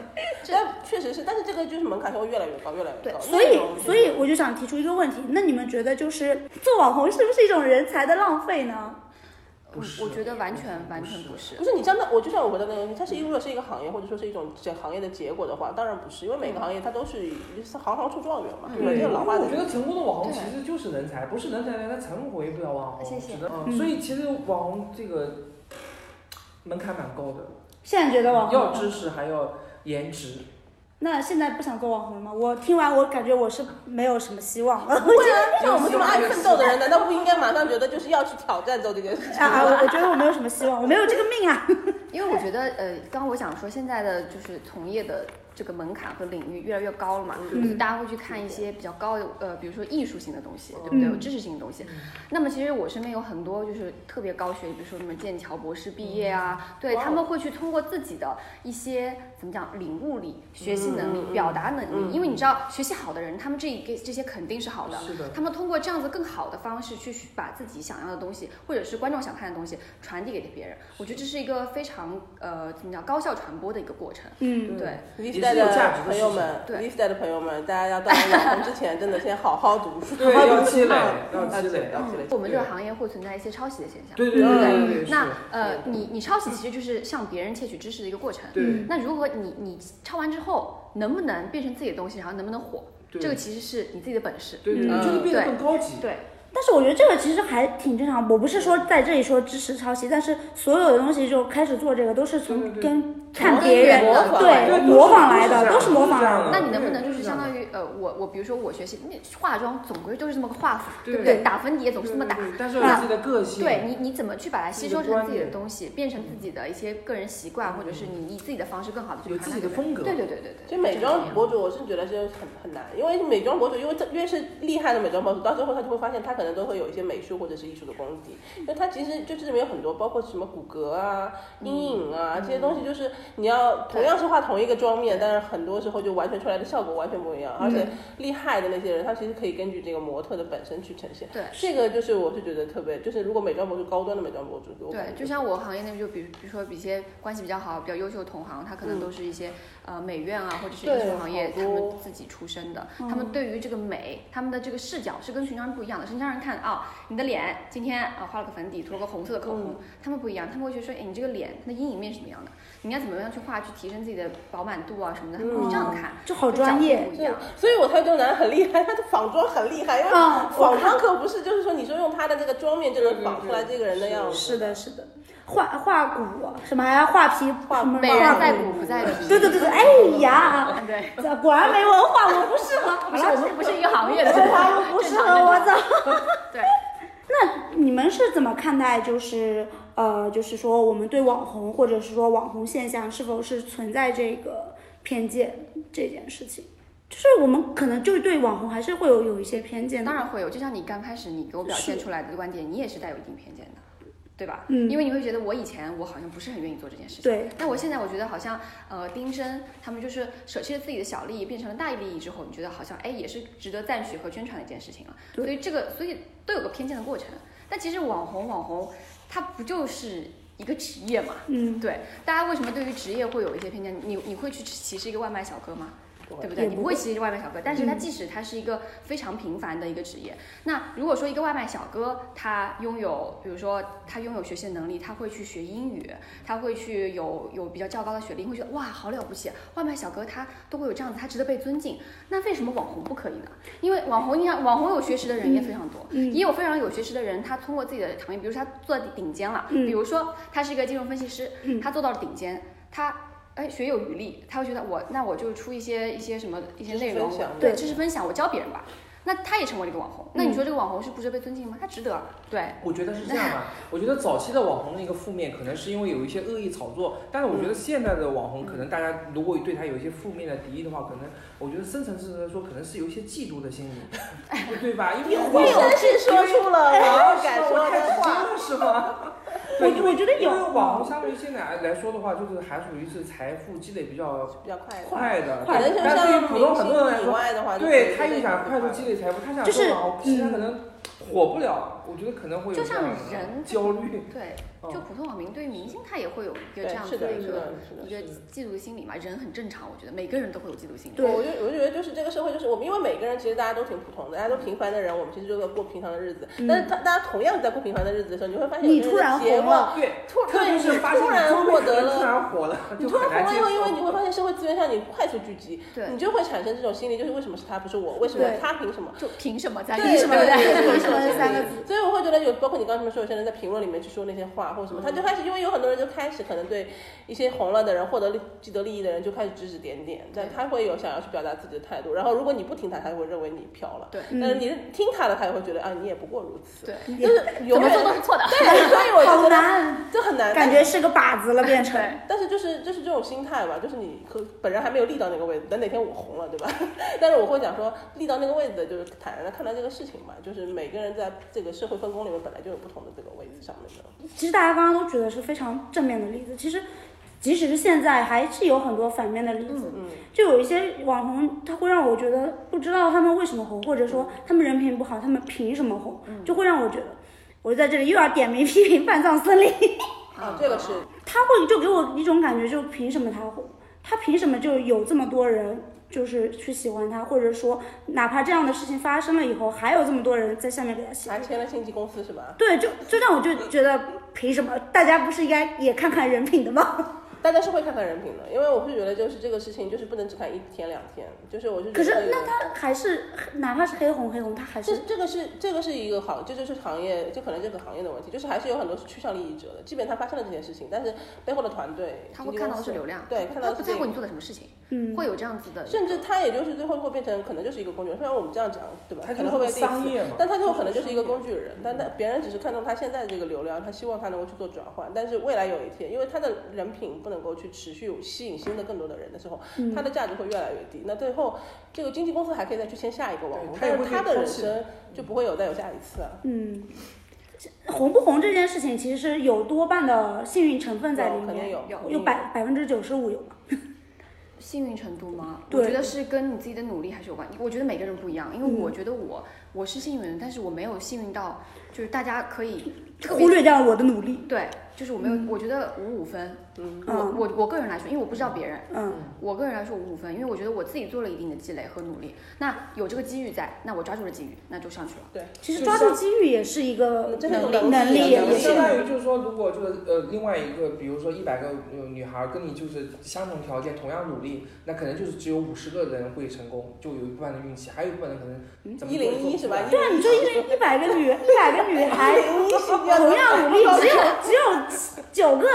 S2: 但确实是，但是这个就是门槛是会越来越高，越来越
S4: 对
S2: 高。
S1: 所
S2: 内
S1: 以
S2: 容
S1: 所以我就想提出一个问题，那你们觉得就是做网红是不是一种人才的浪费呢？
S4: 我
S3: 不是
S4: 我觉得完全
S3: 不
S4: 完
S3: 是
S4: 全不是
S2: 不。是你像那，我就像我们的那个，它是如果是一个行业，或者说是一种这行业的结果的话，当然不是，因为每个行业它都是是行行出状元嘛，对吧？
S1: 嗯
S2: 这个老话
S3: 我
S2: 怎
S3: 觉
S2: 么
S3: 得成功的网红
S4: 对
S3: 其实就是人才，不是人才，他成为不了网红。
S4: 谢谢
S3: 只能
S1: 嗯
S3: 所以其实网红这个门槛蛮高的，
S1: 现在觉得
S2: 嗯
S1: 网
S3: 要
S1: 红
S3: 知识还要颜值。
S1: 那现在不想做网红了吗？我听完我感觉我是没有什么希望了。
S2: 会啊？像我们这么爱奋斗的人，难道不应该马上觉得就是要去挑战做这件 事情
S1: 啊，
S2: 吗？
S1: 我我觉得我没有什么希望，我没有这个命啊。
S4: 因为我觉得，呃，刚刚我想说，现在的就是从业的这个门槛和领域越来越高了嘛，
S1: 嗯
S4: 就是大家会去看一些比较高的，呃，比如说艺术性的东西，对不对？
S1: 嗯
S4: 有知识性的东西。那么其实我身边有很多就是特别高学历，比如说什么剑桥博士毕业啊，对
S2: 哇哦
S4: 他们会去通过自己的一些怎么讲领悟力、学习能力
S2: 嗯、嗯
S4: 表达能
S2: 嗯
S4: 力，因为你知道学习好的人，他们这一个这些肯定是好的，
S3: 是的，
S4: 他们通过这样子更好的方式去把自己想要的东西，或者是观众想看的东西传递给别人，我觉得这是一个非常呃怎么讲高效传播的一个过程。
S1: 嗯，
S4: 对，
S2: 离
S3: 也
S2: 时
S3: 是
S2: 代
S3: 有价
S2: 的
S3: 值的
S2: 朋
S3: 事
S2: 友
S3: 情
S2: 们，
S4: 对
S2: 离时代的朋友们，大家要到网红之前，真的先好好读书，嗯
S3: 对，要积 累，要
S2: 要
S3: 积累。
S2: 要积累。
S4: 我们这个行业会存在一些抄袭的现象。
S3: 对对对
S4: 对嗯
S3: 对对，
S4: 那
S3: 是
S4: 呃，你你抄袭其实就是向别人窃取知识的一个过程。
S1: 嗯
S3: 对
S4: 那如何你你抄完之后能不能变成自己的东西，然后能不能火，
S3: 对
S4: 这个其实是你自己的本事。
S3: 对对，
S2: 嗯
S3: 对就是变得更高级。
S4: 对，
S1: 但是我觉得这个其实还挺正常。我不是说在这里说支持抄袭，但是所有的东西就开始做这个都是
S3: 对
S1: 从
S3: 对对
S1: 跟看别人
S2: 模仿来
S1: 对
S3: 的
S1: 模仿来的，都
S3: 都
S1: 是
S3: 是
S1: 模仿
S3: 这
S1: 来
S3: 样
S1: 的。
S3: 的
S4: 那你能不能就是
S3: 对
S4: 相当于呃，我我比如说我学习那化妆总归都是这么个画法，
S3: 对
S4: 对不对？打粉底也总是这么打，
S3: 对对对但是要有自己的个性。
S4: 对你，你怎么去把它吸收
S3: 自己的
S4: 成
S3: 观
S4: 自己的
S3: 点
S4: 东西，变成自己的一些个人习惯，或者是你以自己的方式更好的去
S3: 有自
S4: 传达
S3: 己
S4: 给
S3: 的
S4: 别
S3: 风
S4: 人
S3: 格
S4: 对对对对对，
S2: 其实美
S4: 这个重
S2: 妆
S4: 要
S2: 博主，我是觉得是很很难，因为美妆博主，因为他越是厉害的美妆博主，到最后他就会发现他可能都会有一些美术或者是艺术的功底，因为他其实就是里面有很多，包括什么骨骼啊、阴影啊这些东西，就是你要同样是画同一个妆面，但是很多时候就完全出来的效果完全不一样，而且厉害的那些人，他其实可以根据这个模特的本身去呈现。
S4: 对
S2: 这个就是我是觉得特别，就是如果美妆博主高端的美妆博主，我感
S4: 对，
S2: 觉
S4: 就像我行业内就比如比如说一些关系比较好、比较优秀的同行，他可
S1: 嗯
S4: 能都是一些、呃美院啊，或者是艺
S2: 对
S4: 术行业
S2: 好
S4: 他
S2: 多
S4: 们自己出身的，他
S1: 嗯
S4: 们对于这个美，他们的这个视角是跟寻常人不一样的。寻常人看啊、你的脸今天啊、画了个粉底，涂了个红色的口
S1: 嗯
S4: 红，他们不一样，他们会觉得说，哎，你这个脸它的阴影面是什么样的，你应该怎么样去画，去提升自己的饱满度啊什么的，他们会这样看。
S1: 就嗯好专业。
S4: 不一
S2: 对
S4: 样，，
S2: 所以我才觉得男人很厉害，他的仿妆很厉害，因为
S1: 嗯
S2: 仿妆可不是就是说你说用他的这个妆面就能仿出来这个人的样子，
S1: 是的，是的，画画骨什么还要画皮，
S2: 画
S1: 什么
S4: 美人
S1: 画
S4: 在
S1: 骨。
S4: 骨不在皮。
S1: 对对对对，哎呀，
S4: 对，
S1: 果然没文化，我 不适合。好
S4: 不是
S1: 了
S4: 我，们 不是一个行业的，
S1: 文化我不适合，我操。
S4: 对，
S1: 你们是怎么看待就是呃，就是说我们对网红或者是说网红现象是否是存在这个偏见这件事情？就是我们可能就对网红还是会有有一些偏见的。
S4: 当然会有，就像你刚开始你给我表现
S1: 是
S4: 出来的观点，你也是带有一定偏见的，对吧？
S1: 嗯
S4: 因为你会觉得我以前我好像不是很愿意做这件事情，
S1: 对，
S4: 但我现在我觉得好像，呃，丁真他们就是舍弃了自己的小利益，变成了大利益之后，你觉得好像哎也是值得赞许和宣传的一件事情了。
S1: 对
S4: 所以这个，所以都有个偏见的过程。但其实网红网红，它不就是一个职业嘛？
S1: 嗯，
S4: 对，大家为什么对于职业会有一些偏见？你你会去歧视一个外卖小哥吗？
S2: 不会
S4: 对不对？
S1: 也
S4: 你
S1: 不
S4: 不
S1: 会
S4: 会歧视外卖小哥，但是他
S1: 嗯
S4: 即使他是一个非常平凡的一个职业，那如果说一个外卖小哥他拥有，比如说他拥有学习能力，他会去学英语，他会去有有比较较高的学历，会觉得哇好了不起，外卖小哥他都会有这样子，他值得被尊敬。那为什么网红不可以呢？因为网红，你看网红有学识的人也非常多，
S1: 嗯
S4: 也有非常有学识的人，他通过自己的行业，比如说他做到顶尖了，
S1: 嗯
S4: 比如说他是一个金融分析师，
S1: 嗯
S4: 他做到了顶尖，他哎学有余力，他会觉得我那我就出一些一些什么一些内容
S2: 知识分享，
S4: 对知识分享，我教别人吧。那他也成为了一个网红，那
S1: 嗯
S4: 你说这个网红是不值得被尊敬吗？他值得，啊对，
S3: 我觉得是这样吧，我觉得早期的网红的一个负面，可能是因为有一些恶意炒作，但是我觉得现在的网红，可能大家如果对他有一些负面的敌意的话，可能我觉得深层次的说，可能是有一些嫉妒的心理，对吧？因为啊
S2: 你真是说出了
S4: 哎
S2: 我不敢说的话。
S3: 真的是吗？
S1: 我
S3: 对因为
S1: 我觉得有嗯
S3: 因为网红相对于现在来说的话，就是还属于是财富积累比较
S2: 比较快乐，
S3: 快的，
S2: 可能
S3: 对
S2: 就
S3: 但对于
S2: 像
S3: 普
S2: 明
S3: 通很多人来
S2: 星以
S3: 说，
S2: 外的话，
S3: 对他又想快速积累财富，他想
S1: 就
S3: 做
S1: 是
S3: 网红，其实他
S1: 嗯
S3: 可能火不了，我觉得可能会有
S4: 就
S3: 这
S4: 像
S3: 样的
S4: 人
S3: 焦虑。
S4: 对，
S3: 嗯
S4: 就普通网民对于明星他也会有一个
S2: 哦对
S4: 这，样
S2: 是
S4: 子
S2: 的，
S4: 一
S2: 是
S4: 个
S2: 的，是的
S4: 一。个嫉妒的心理嘛，人很正常，我觉得每个人都会有嫉妒心理。
S1: 对
S2: 我就我就觉得就是这个社会，就是我们，因为每个人其实大家都挺普通的，大家都平凡的人，我们其实就在过平常的日子。
S1: 嗯
S2: 但是他大家同样在过平凡的日子的时候，你会发现
S1: 你
S2: 有些人
S1: 突然
S2: 的结
S1: 红
S2: 望
S1: 了，
S3: 对，
S2: 突
S3: 特别
S2: 对
S3: 是
S2: 你
S3: 发现
S2: 突然
S3: 你周围
S2: 获
S3: 可能
S2: 得了
S3: 突然火了，
S2: 你
S3: 就
S2: 突然
S3: 很
S2: 红
S3: 难
S2: 了
S3: 接
S2: 以后，因为
S3: 受。
S2: 你会发现社会资源向你快速聚集，
S4: 对
S2: 你就会产生这种心理，就是为什么是他不是我？为什么
S1: 对
S2: 他凭什么？
S4: 就凭什么在
S2: 对
S4: 凭什么
S2: 对
S4: 在？
S2: 对
S1: 为
S2: 对
S1: 什么这三个字？
S2: 所以我会觉得有，包括你刚才说，有些人在评论里面去说那些话或者什么，他
S4: 嗯
S2: 就开始，因为有很多人就开始可能对一些红了的人、获得利既得利益的人就开始指指点点，但他会有想要去表达自己的态度，然后如果你不听他，他就会认为你飘了。
S4: 对
S1: 嗯
S2: 但是你听他的，他也会觉得啊，你也不过如此。
S4: 对，
S2: 就是
S4: 怎
S2: 永
S4: 么
S2: 远
S4: 做都是错的。
S2: 对，所以我就
S1: 好
S2: 觉得
S1: 难，
S2: 这很难。
S1: 感觉是个靶子了，变成。
S4: 对，
S2: 但是就是就是这种心态吧，就是你可本人还没有立到那个位置，等哪天我红了，对吧？ 但是我会讲说，立到那个位置的就是坦然的看待这个事情嘛，就是每个人在这个社会分工里面本来就有不同的这个位置上面的。
S1: 其实大家刚刚都举的是非常正面的例子，其实即使是现在，还是有很多反面的例子。
S2: 嗯
S1: 就有一些网红，他会让我觉得不知道他们为什么红，或者说他们人品不好，他们凭什么红，
S2: 嗯
S1: 就会让我觉得，我在这里又要点名批评半藏森林，
S2: 啊，这个是
S1: 他会就给我一种感觉，就凭什么他红，他凭什么就有这么多人。就是去喜欢他，或者说，哪怕这样的事情发生了以后，还有这么多人在下面给他喜欢
S2: 还。签了经纪公司是吧？
S1: 对，就就让我就觉得凭什么？大家不是应该也看看人品的吗？
S2: 大家是会看看人品的，因为我会觉得就是这个事情就是不能只看一天两天，就是我是觉
S1: 可
S2: 得
S1: 是
S2: 这个
S1: 那他还是哪怕是黑红黑红，他还
S2: 这
S1: 是
S2: 这个是这个是一个行，这就是行业，就可能这个行业的问题，就是还是有很多趋向利益者的。即便他发生了这件事情，但是背后的团队，
S4: 他会
S2: 经纪
S4: 看到
S2: 公
S4: 的是
S2: 司
S4: 流量，
S2: 对，看到
S4: 他
S2: 的
S4: 不
S2: 是
S4: 在
S2: 这
S4: 乎
S2: 个
S4: 你做的什么事情，
S1: 嗯，
S4: 会有这样子的，
S2: 甚至他也就是最后会变成，可能就是一个工具人。虽然我们这样讲，对吧？
S3: 他
S2: 可
S3: 就
S2: 能会被
S3: 是商业嘛
S2: 但他最后可能
S3: 就
S2: 就是是一个工具人。但他别人只是看中他现在这个流量，他希望他能够去做转换。但是未来有一天，因为他的人品不能够去持续吸引新的更多的人的时候，
S1: 嗯
S2: 他的价值会越来越低。那最后这个经纪公司还可以再去签下一个网红
S3: 对，他也
S2: 但
S3: 会
S2: 是他
S3: 被
S2: 的人
S3: 抛弃的
S2: 生就不会有再有下一次啊。
S1: 嗯，红不红这件事情其实是有多半的幸运成分在里
S2: 有肯定
S1: 面，
S2: 有
S4: 有
S2: 肯定
S1: 有百百分之九十五有吧？
S4: 幸运程度吗？
S1: 对
S4: 我觉得是跟你自己的努力还是有关。我觉得每个人不一样，因
S2: 嗯
S4: 为我觉得我、我是幸运的，但是我没有幸运到就是大家可以特
S1: 忽
S4: 别
S1: 略掉我的努力，
S4: 对，就是我没有，我觉得五五分。
S2: 嗯，
S1: 嗯
S4: 我我我个人来说，因为我不知道别人，
S1: 嗯
S4: 我个人来说五五分，因为我觉得我自己做了一定的积累和努力，那有这个机遇在，那我抓住了机遇，那就上去了。
S2: 对，
S1: 其实
S3: 就
S1: 抓
S3: 是
S1: 住机遇也是一个
S2: 嗯这是
S1: 能
S2: 种
S1: 力，能
S2: 能力
S1: 力
S2: 也
S1: 也
S2: 是
S1: 是
S3: 相当于就是说，如果就是呃，另外一个，比如说一百个呃女孩跟你就是相同条件、同样努力，那可能就是只有五十个人会成功，就有一部分的运气，还有一部分人可能怎么
S2: 嗯一
S3: 都会
S2: 零一
S3: 做
S2: 是
S3: 不
S2: 吧
S3: 来？
S2: 101
S1: 对啊，你就因为一百个女一百个女孩
S2: 哎
S1: 同样努力，只有只有九个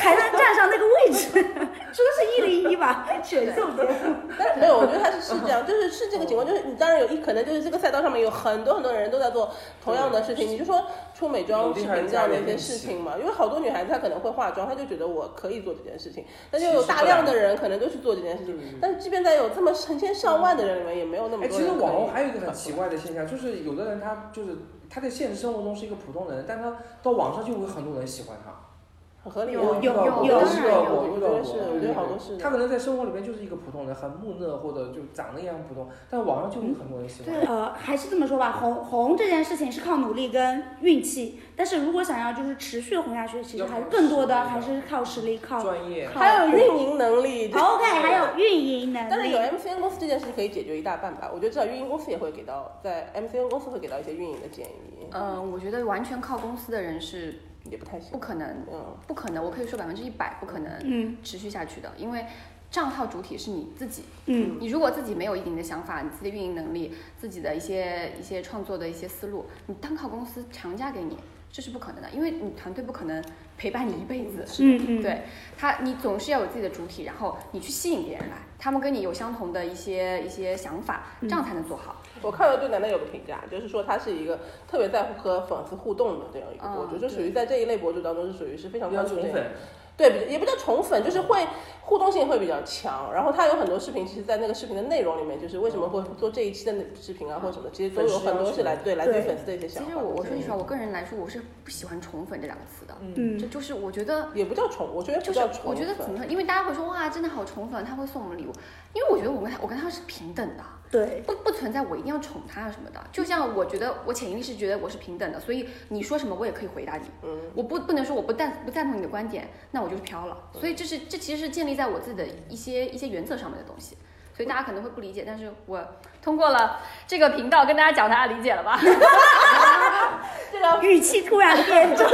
S1: 才能站上那个位置，说是一零一吧，选秀节目。
S2: 但是没有，我觉得他是是这样，就是是这个情况，就是你当然有一可能就是这个赛道上面有很多很多人都在做同样的事情，你就说出美妆视频这样的一些事情嘛，因为好多女孩子她可能会化妆，她就觉得我可以做这件事情，但就有大量的人可能都去做这件事情，但是即便在有这么成千上万的人里面，也没有那么
S3: 嗯哎，
S2: 多
S3: 其
S2: 人
S3: 实
S2: 可以。
S3: 网红还有一个很奇怪的现象，就是有的人他就是他在现实生活中是一个普通人，但他到网上就会很多人喜欢他。
S2: 很合理啊。
S1: 有有有
S3: 有遇到过，
S2: 我
S3: 遇
S2: 觉
S3: 到
S2: 得
S3: 过，
S2: 是，我觉得好多是的。
S3: 他可能在生活里面就是一个普通人，很木讷或者就长得也很普通，但网上就有很多人喜欢。
S1: 对，呃，还是这么说吧，红红这件事情是靠努力跟运气，但是如果想要就是持续红下去，其实
S3: 要靠
S1: 还是更多的
S3: 实力
S1: 还是靠实力，靠
S3: 专业，
S1: 靠
S2: 还有运营能力。这
S1: OK，还有运营能力。
S2: 但是有 MCN 公司这件事可以解决一大半吧，我觉得至少运营公司也会给到，在 MCN 公司会给到一些运营的建议，
S4: 嗯，我觉得完全靠公司的人是
S2: 也不太行
S4: 不。可能，
S2: 嗯，
S4: 不可能，我可以说百分之一百不可能
S1: 嗯
S4: 持续下去的，因为账号主体是你自己。
S1: 嗯，
S4: 你如果自己没有一定的想法，你自己的运营能力，自己的一些一些创作的一些思路，你单靠公司强加给你，这是不可能的，因为你团队不可能陪伴你一辈子。
S1: 嗯嗯，
S4: 对他，你总是要有自己的主体，然后你去吸引别人来，他们跟你有相同的一些一些想法，这样才能做好。
S2: 我看到对楠楠有个评价，就是说他是一个特别在乎和粉丝互动的这样一个博主，
S4: 嗯
S2: 就属于在这一类博主当中是属于是非常
S3: 要
S2: 关注
S3: 宠
S2: 这个。
S3: 粉，
S2: 对，比也不叫宠粉，就是会互动性会比较强。然后他有很多视频，其实，在那个视频的内容里面，就是为什么
S4: 嗯
S2: 会做这一期的那视频啊，或者什么的，其实都有很多是来对来自于粉丝的一些想
S4: 其
S2: 法。
S4: 实我我说
S2: 对
S4: 句实话，我个人来说，我是不喜欢“宠粉”这两个词的。
S1: 嗯
S4: 这就是我觉得，
S2: 也不叫宠，我觉得不
S4: 就是
S2: 叫宠粉。
S4: 我觉得怎么说？因为大家会说哇，真的好宠粉，他会送我们礼物。因为我觉得我跟他，我跟他是平等的，
S1: 对，
S4: 不不存在我一定要宠他啊什么的。就像我觉得，我潜意识觉得我是平等的，所以你说什么我也可以回答你。
S2: 嗯，
S4: 我不不能说我不赞不赞同你的观点，那我就是飘了。所以这是这其实是建立在我自己的一些一些原则上面的东西。所以大家可能会不理解，但是我通过了这个频道跟大家讲，大家理解了吧？
S2: 这个
S1: 语气突然变重。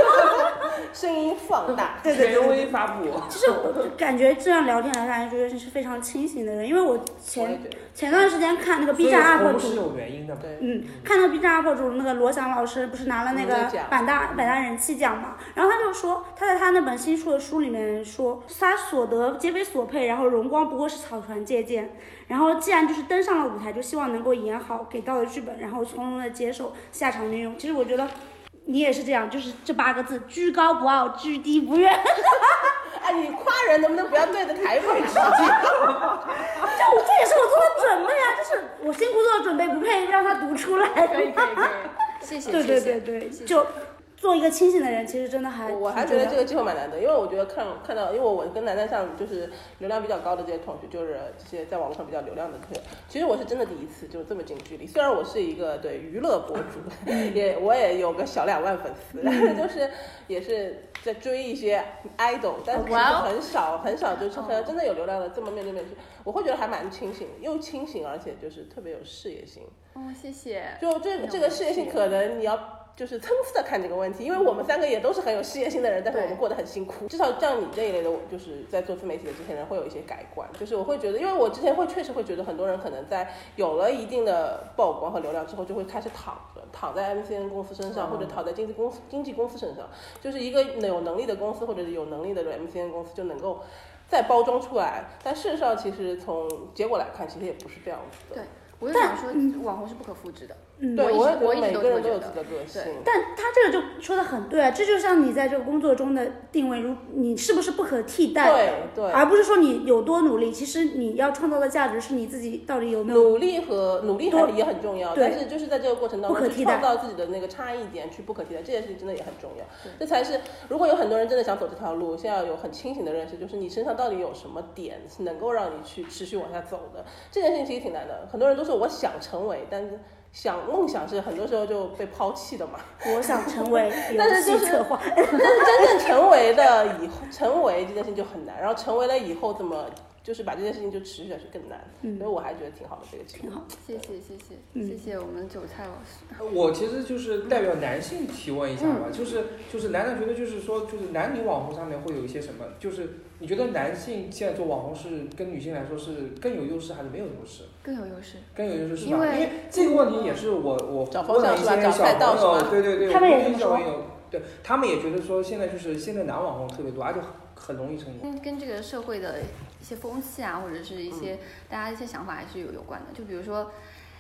S2: 声音放
S4: 嗯
S2: 大，
S1: 对对对
S5: 权威发布，
S1: 其实我感觉这样聊天来看，就是是非常清醒的人，因为我
S2: 我也
S1: 前
S2: 觉得
S1: 前段时间看那个
S3: 所
S1: B
S3: 以
S1: 站 UP
S3: 红是
S1: 主，
S3: 有原因的嘛。
S2: 对。
S1: 嗯，看那个 B 站 UP 主那个罗翔老师不是拿了那
S2: 嗯那
S1: 个
S2: 奖
S1: 百大百大人气奖嘛，然后他就说他在他那本新出的书里面说，他所得皆非所配，然后荣光不过是草船借箭，然后既然就是登上了舞台，就希望能够演好给到的剧本，然后从容的接受下场内容。其实我觉得。你也是这样，就是这八个字：居高不傲，居低不怨。
S2: 哎，你夸人能不能不要对着台位致敬？
S1: 这我这也是我做的准备啊，就是我辛苦做的准备，不配让他读出来。
S4: 可以可以可以，谢谢
S1: 对对
S4: 谢谢
S1: 对对，
S4: 谢谢
S1: 就做一个清醒的人，其实真的嗯还
S2: 我还
S1: 挺
S2: 觉得
S1: 重
S2: 这
S1: 要
S2: 个机会蛮难得，因为我觉得看看到，因为我跟楠楠像就是流量比较高的这些同学，就是这些在网络上比较流量的同学，其实我是真的第一次就这么近距离。虽然我是一个对娱乐博主，
S1: 嗯
S2: 也我也有个小两万粉丝， 但是就是也是在追一些 idol，但是其实
S4: 哇哦
S2: 很少很少
S1: 哦
S2: 就是可能真的有流量的这么面对面去，我会觉得还蛮清醒，又清醒，而且就是特别有事业心。
S4: 哦谢谢，
S2: 就这
S4: 有
S2: 这个事业性，可能你要就是参差的看这个问题，因为我们三个也都是很有事业心的人，但是我们过得很辛苦。至少像你这一类的，我就是在做自媒体的这些人会有一些改观，就是我会觉得，因为我之前会确实会觉得很多人可能在有了一定的曝光和流量之后，就会开始躺着，躺在 MCN 公司身
S4: 嗯
S2: 上，或者躺在经纪公司经纪公司身上，就是一个有能力的公司或者是有能力的 MCN 公司就能够。再包装出来，但事实上，其实从结果来看，其实也不是这样子的。
S4: 对我就想说网红是不可复制的，
S1: 嗯
S2: 对，
S4: 我一
S2: 我
S4: 直
S2: 也觉得每
S4: 我一直都
S2: 个
S4: 这
S2: 人
S4: 么
S2: 都有
S4: 觉
S2: 自己
S4: 得
S2: 的个性
S4: 对。
S1: 但他这个就说的很对啊，这就像你在这个工作中的定位，如你是不是不可替代的，
S2: 对对
S1: 而不是说你有多努力。其实你要创造的价值是你自己到底有没有。
S2: 努力和努力还
S1: 对
S2: 是也很重要，
S1: 对
S2: 但是就是在这个过程当
S1: 不可
S2: 中，去
S1: 替代
S2: 创造自己的那个差异点，去不可替代这件事情真的也很重要。这才是如果有很多人真的想走这条路，先要有很清醒的认识，就是你身上到底有什么点是能够让你去持续往下走的。这件事情其实挺难的，很多人都说我想成为，但是想梦想是很多时候就被抛弃的嘛。
S1: 我想成为游
S2: 但是
S1: 戏
S2: 就是
S1: 策划，
S2: 但是真正成为的以后，成为这件事情就很难，然后成为了以后怎么就是把这件事情就持续下去更难。
S1: 嗯
S2: 所以我还觉得挺好的这个情
S1: 挺好
S2: 况。
S4: 谢谢谢
S1: 嗯
S4: 谢谢谢我们韭菜老师，
S3: 我其实就是代表男性提问一下
S2: 嗯
S3: 吧，就是就是楠楠觉得就是说就是男女网红上面会有一些什么？就是你觉得男性现在做网红是跟女性来说是更有优势还是没有优势？
S4: 更有优势。
S3: 更有优势是吧？
S4: 因
S3: 因
S4: 为
S3: 为这个问题也是我我
S2: 找方
S3: 问了
S2: 向
S3: 一
S2: 是吧找
S3: 些小
S2: 赛道
S3: 朋友
S2: 是吧，
S3: 对对对，
S1: 他们也这么
S3: 小朋友，对他们也觉得说现在就是现在男网红特别多，而且很很容易成功。
S4: 跟跟这个社会的一些风气啊，或者是一些、大家一些想法还是有有关的。就比如说，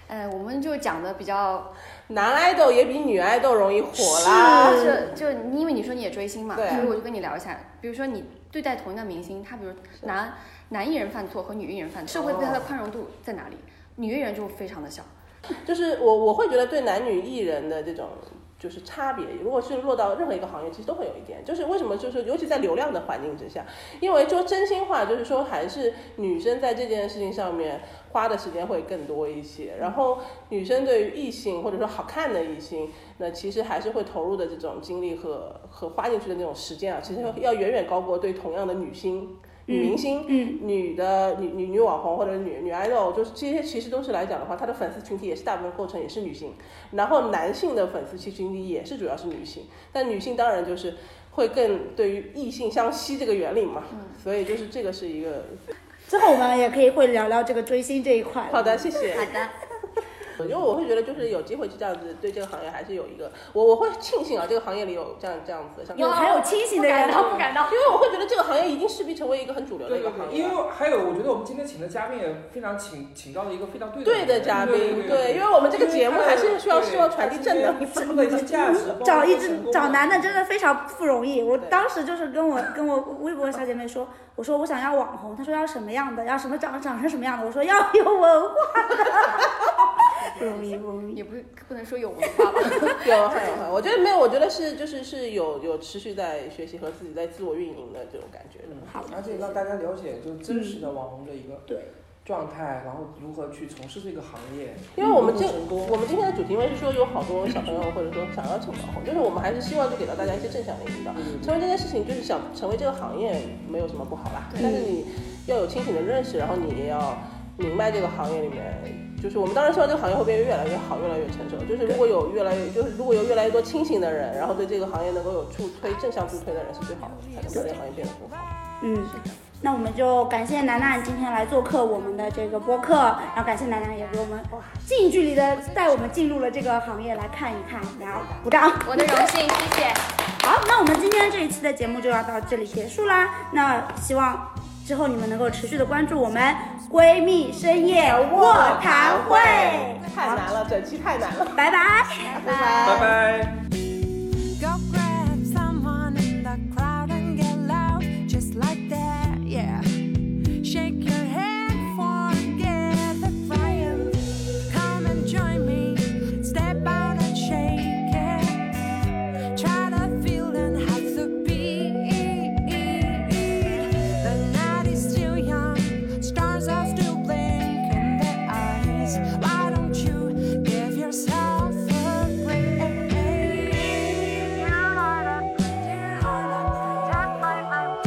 S4: 哎，我们就讲的比较，
S2: 男爱豆也比女爱豆容易火啦。
S1: 是
S4: 就就你因为你说你也追星嘛，
S2: 对啊
S4: 所以我就跟你聊一下。比如说你对待同一个明星，他比如男男艺人犯错和女艺人犯错，哦社会对他的宽容度在哪里？女艺人就非常的小，
S2: 就是我我会觉得对男女艺人的这种就是差别，如果是落到任何一个行业，其实都会有一点。就是为什么，就是尤其在流量的环境之下，因为说真心话，就是说还是女生在这件事情上面花的时间会更多一些。然后女生对于异性或者说好看的异性，那其实还是会投入的这种精力和和花进去的那种时间啊，其实要远远高过对同样的女星、女明星、
S1: 嗯，
S2: 女的女女女网红或者女女 idol，就是这些其实都是来讲的话，她的粉丝群体也是大部分构成也是女性，然后男性的粉丝群群体也是主要是女性，但女性当然就是会更对于异性相吸这个原理嘛，所以就是这个是一个
S1: 之后我们也可以会聊聊这个追星这一块。
S2: 好的，谢谢。
S4: 嗯
S6: 好 的，
S2: 因为我会觉得就是有机会去这样子，对这个行业还是有一个我我会庆幸啊，这个行业里有这样这样子的像，因
S1: 有还有清醒的
S6: 不
S1: 人
S6: 敢当，不敢当。
S2: 为我会觉得这个行业一定势必成为一个很主流的
S3: 对
S2: 一
S3: 对
S2: 个行
S3: 对，
S2: 业
S3: 因。为还有，我觉得我们今天请的嘉宾也非常请请到了一个非常对
S2: 对的
S3: 的
S2: 嘉
S3: 对
S2: 宾，
S3: 对，
S2: 对，因为我们这个节目
S3: 因为他
S2: 还是需要希望传递正能
S3: 对
S2: 量。
S3: 他们的一些 价值观
S1: 找一
S3: 和
S1: 只
S3: 成功
S1: 找
S3: 观
S1: 男的真的非常不容易。我
S2: 对
S1: 当时就是跟我跟我微博小姐妹说，我说我想要网红，她说要什么样的，要什么长长成什么样的，我说要有 文化的，不容易不容易。
S4: 也不是不能说有文化吧，
S2: 有很有很，我觉得没有，我觉得是就是是有有持续在学习和自己在自我运营的这种感觉的。嗯
S3: 嗯
S1: 好的
S3: 而且让大家了解就是真实的网红的一个
S1: 对
S3: 状态，然后如何去从事这个行业，
S2: 因为我们这
S3: 如何成功
S2: 我们今天的主题因为是说有好多小朋友或者说想要成网红，就是我们还是希望就给到大家一些正向的引导。成为这件事情就是想成为这个行业没有什么不好啦，但是你要有清醒的认识，然后你也要明白这个行业里面。就是我们当然希望这个行业会变得越来越好，越来越成熟。就是如果有越来越，就是如果有越来越多清醒的人，然后对这个行业能够有助推正向助推的人是最好的，才能把这个行业变得更好。
S1: 嗯，那我们就感谢楠楠今天来做客我们的这个播客，然后感谢楠楠也给我们哇近距离的带我们进入了这个行业来看一看，然后鼓 掌。
S6: 我的荣幸，谢谢。
S1: 好，那我们今天这一期的节目就要到这里结束啦。那希望之后你们能够持续的关注我们闺蜜深夜卧谈会，
S2: 太难了，整期太难了。
S1: 拜拜。
S3: 拜拜。
S7: Go grab someone in the crowd and get loud, just like that, yeah. Shake your head, forget the crying. Come and join me, step out and shake it. Try to feel and have the beat. The night is still young, stars are still blinking their eyes. Why don't you give yourself a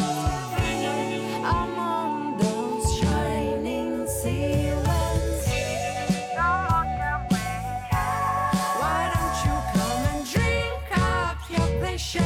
S7: break? Among those shining ceilings. Why don't you come and drink up your cliches? Oh, Oh,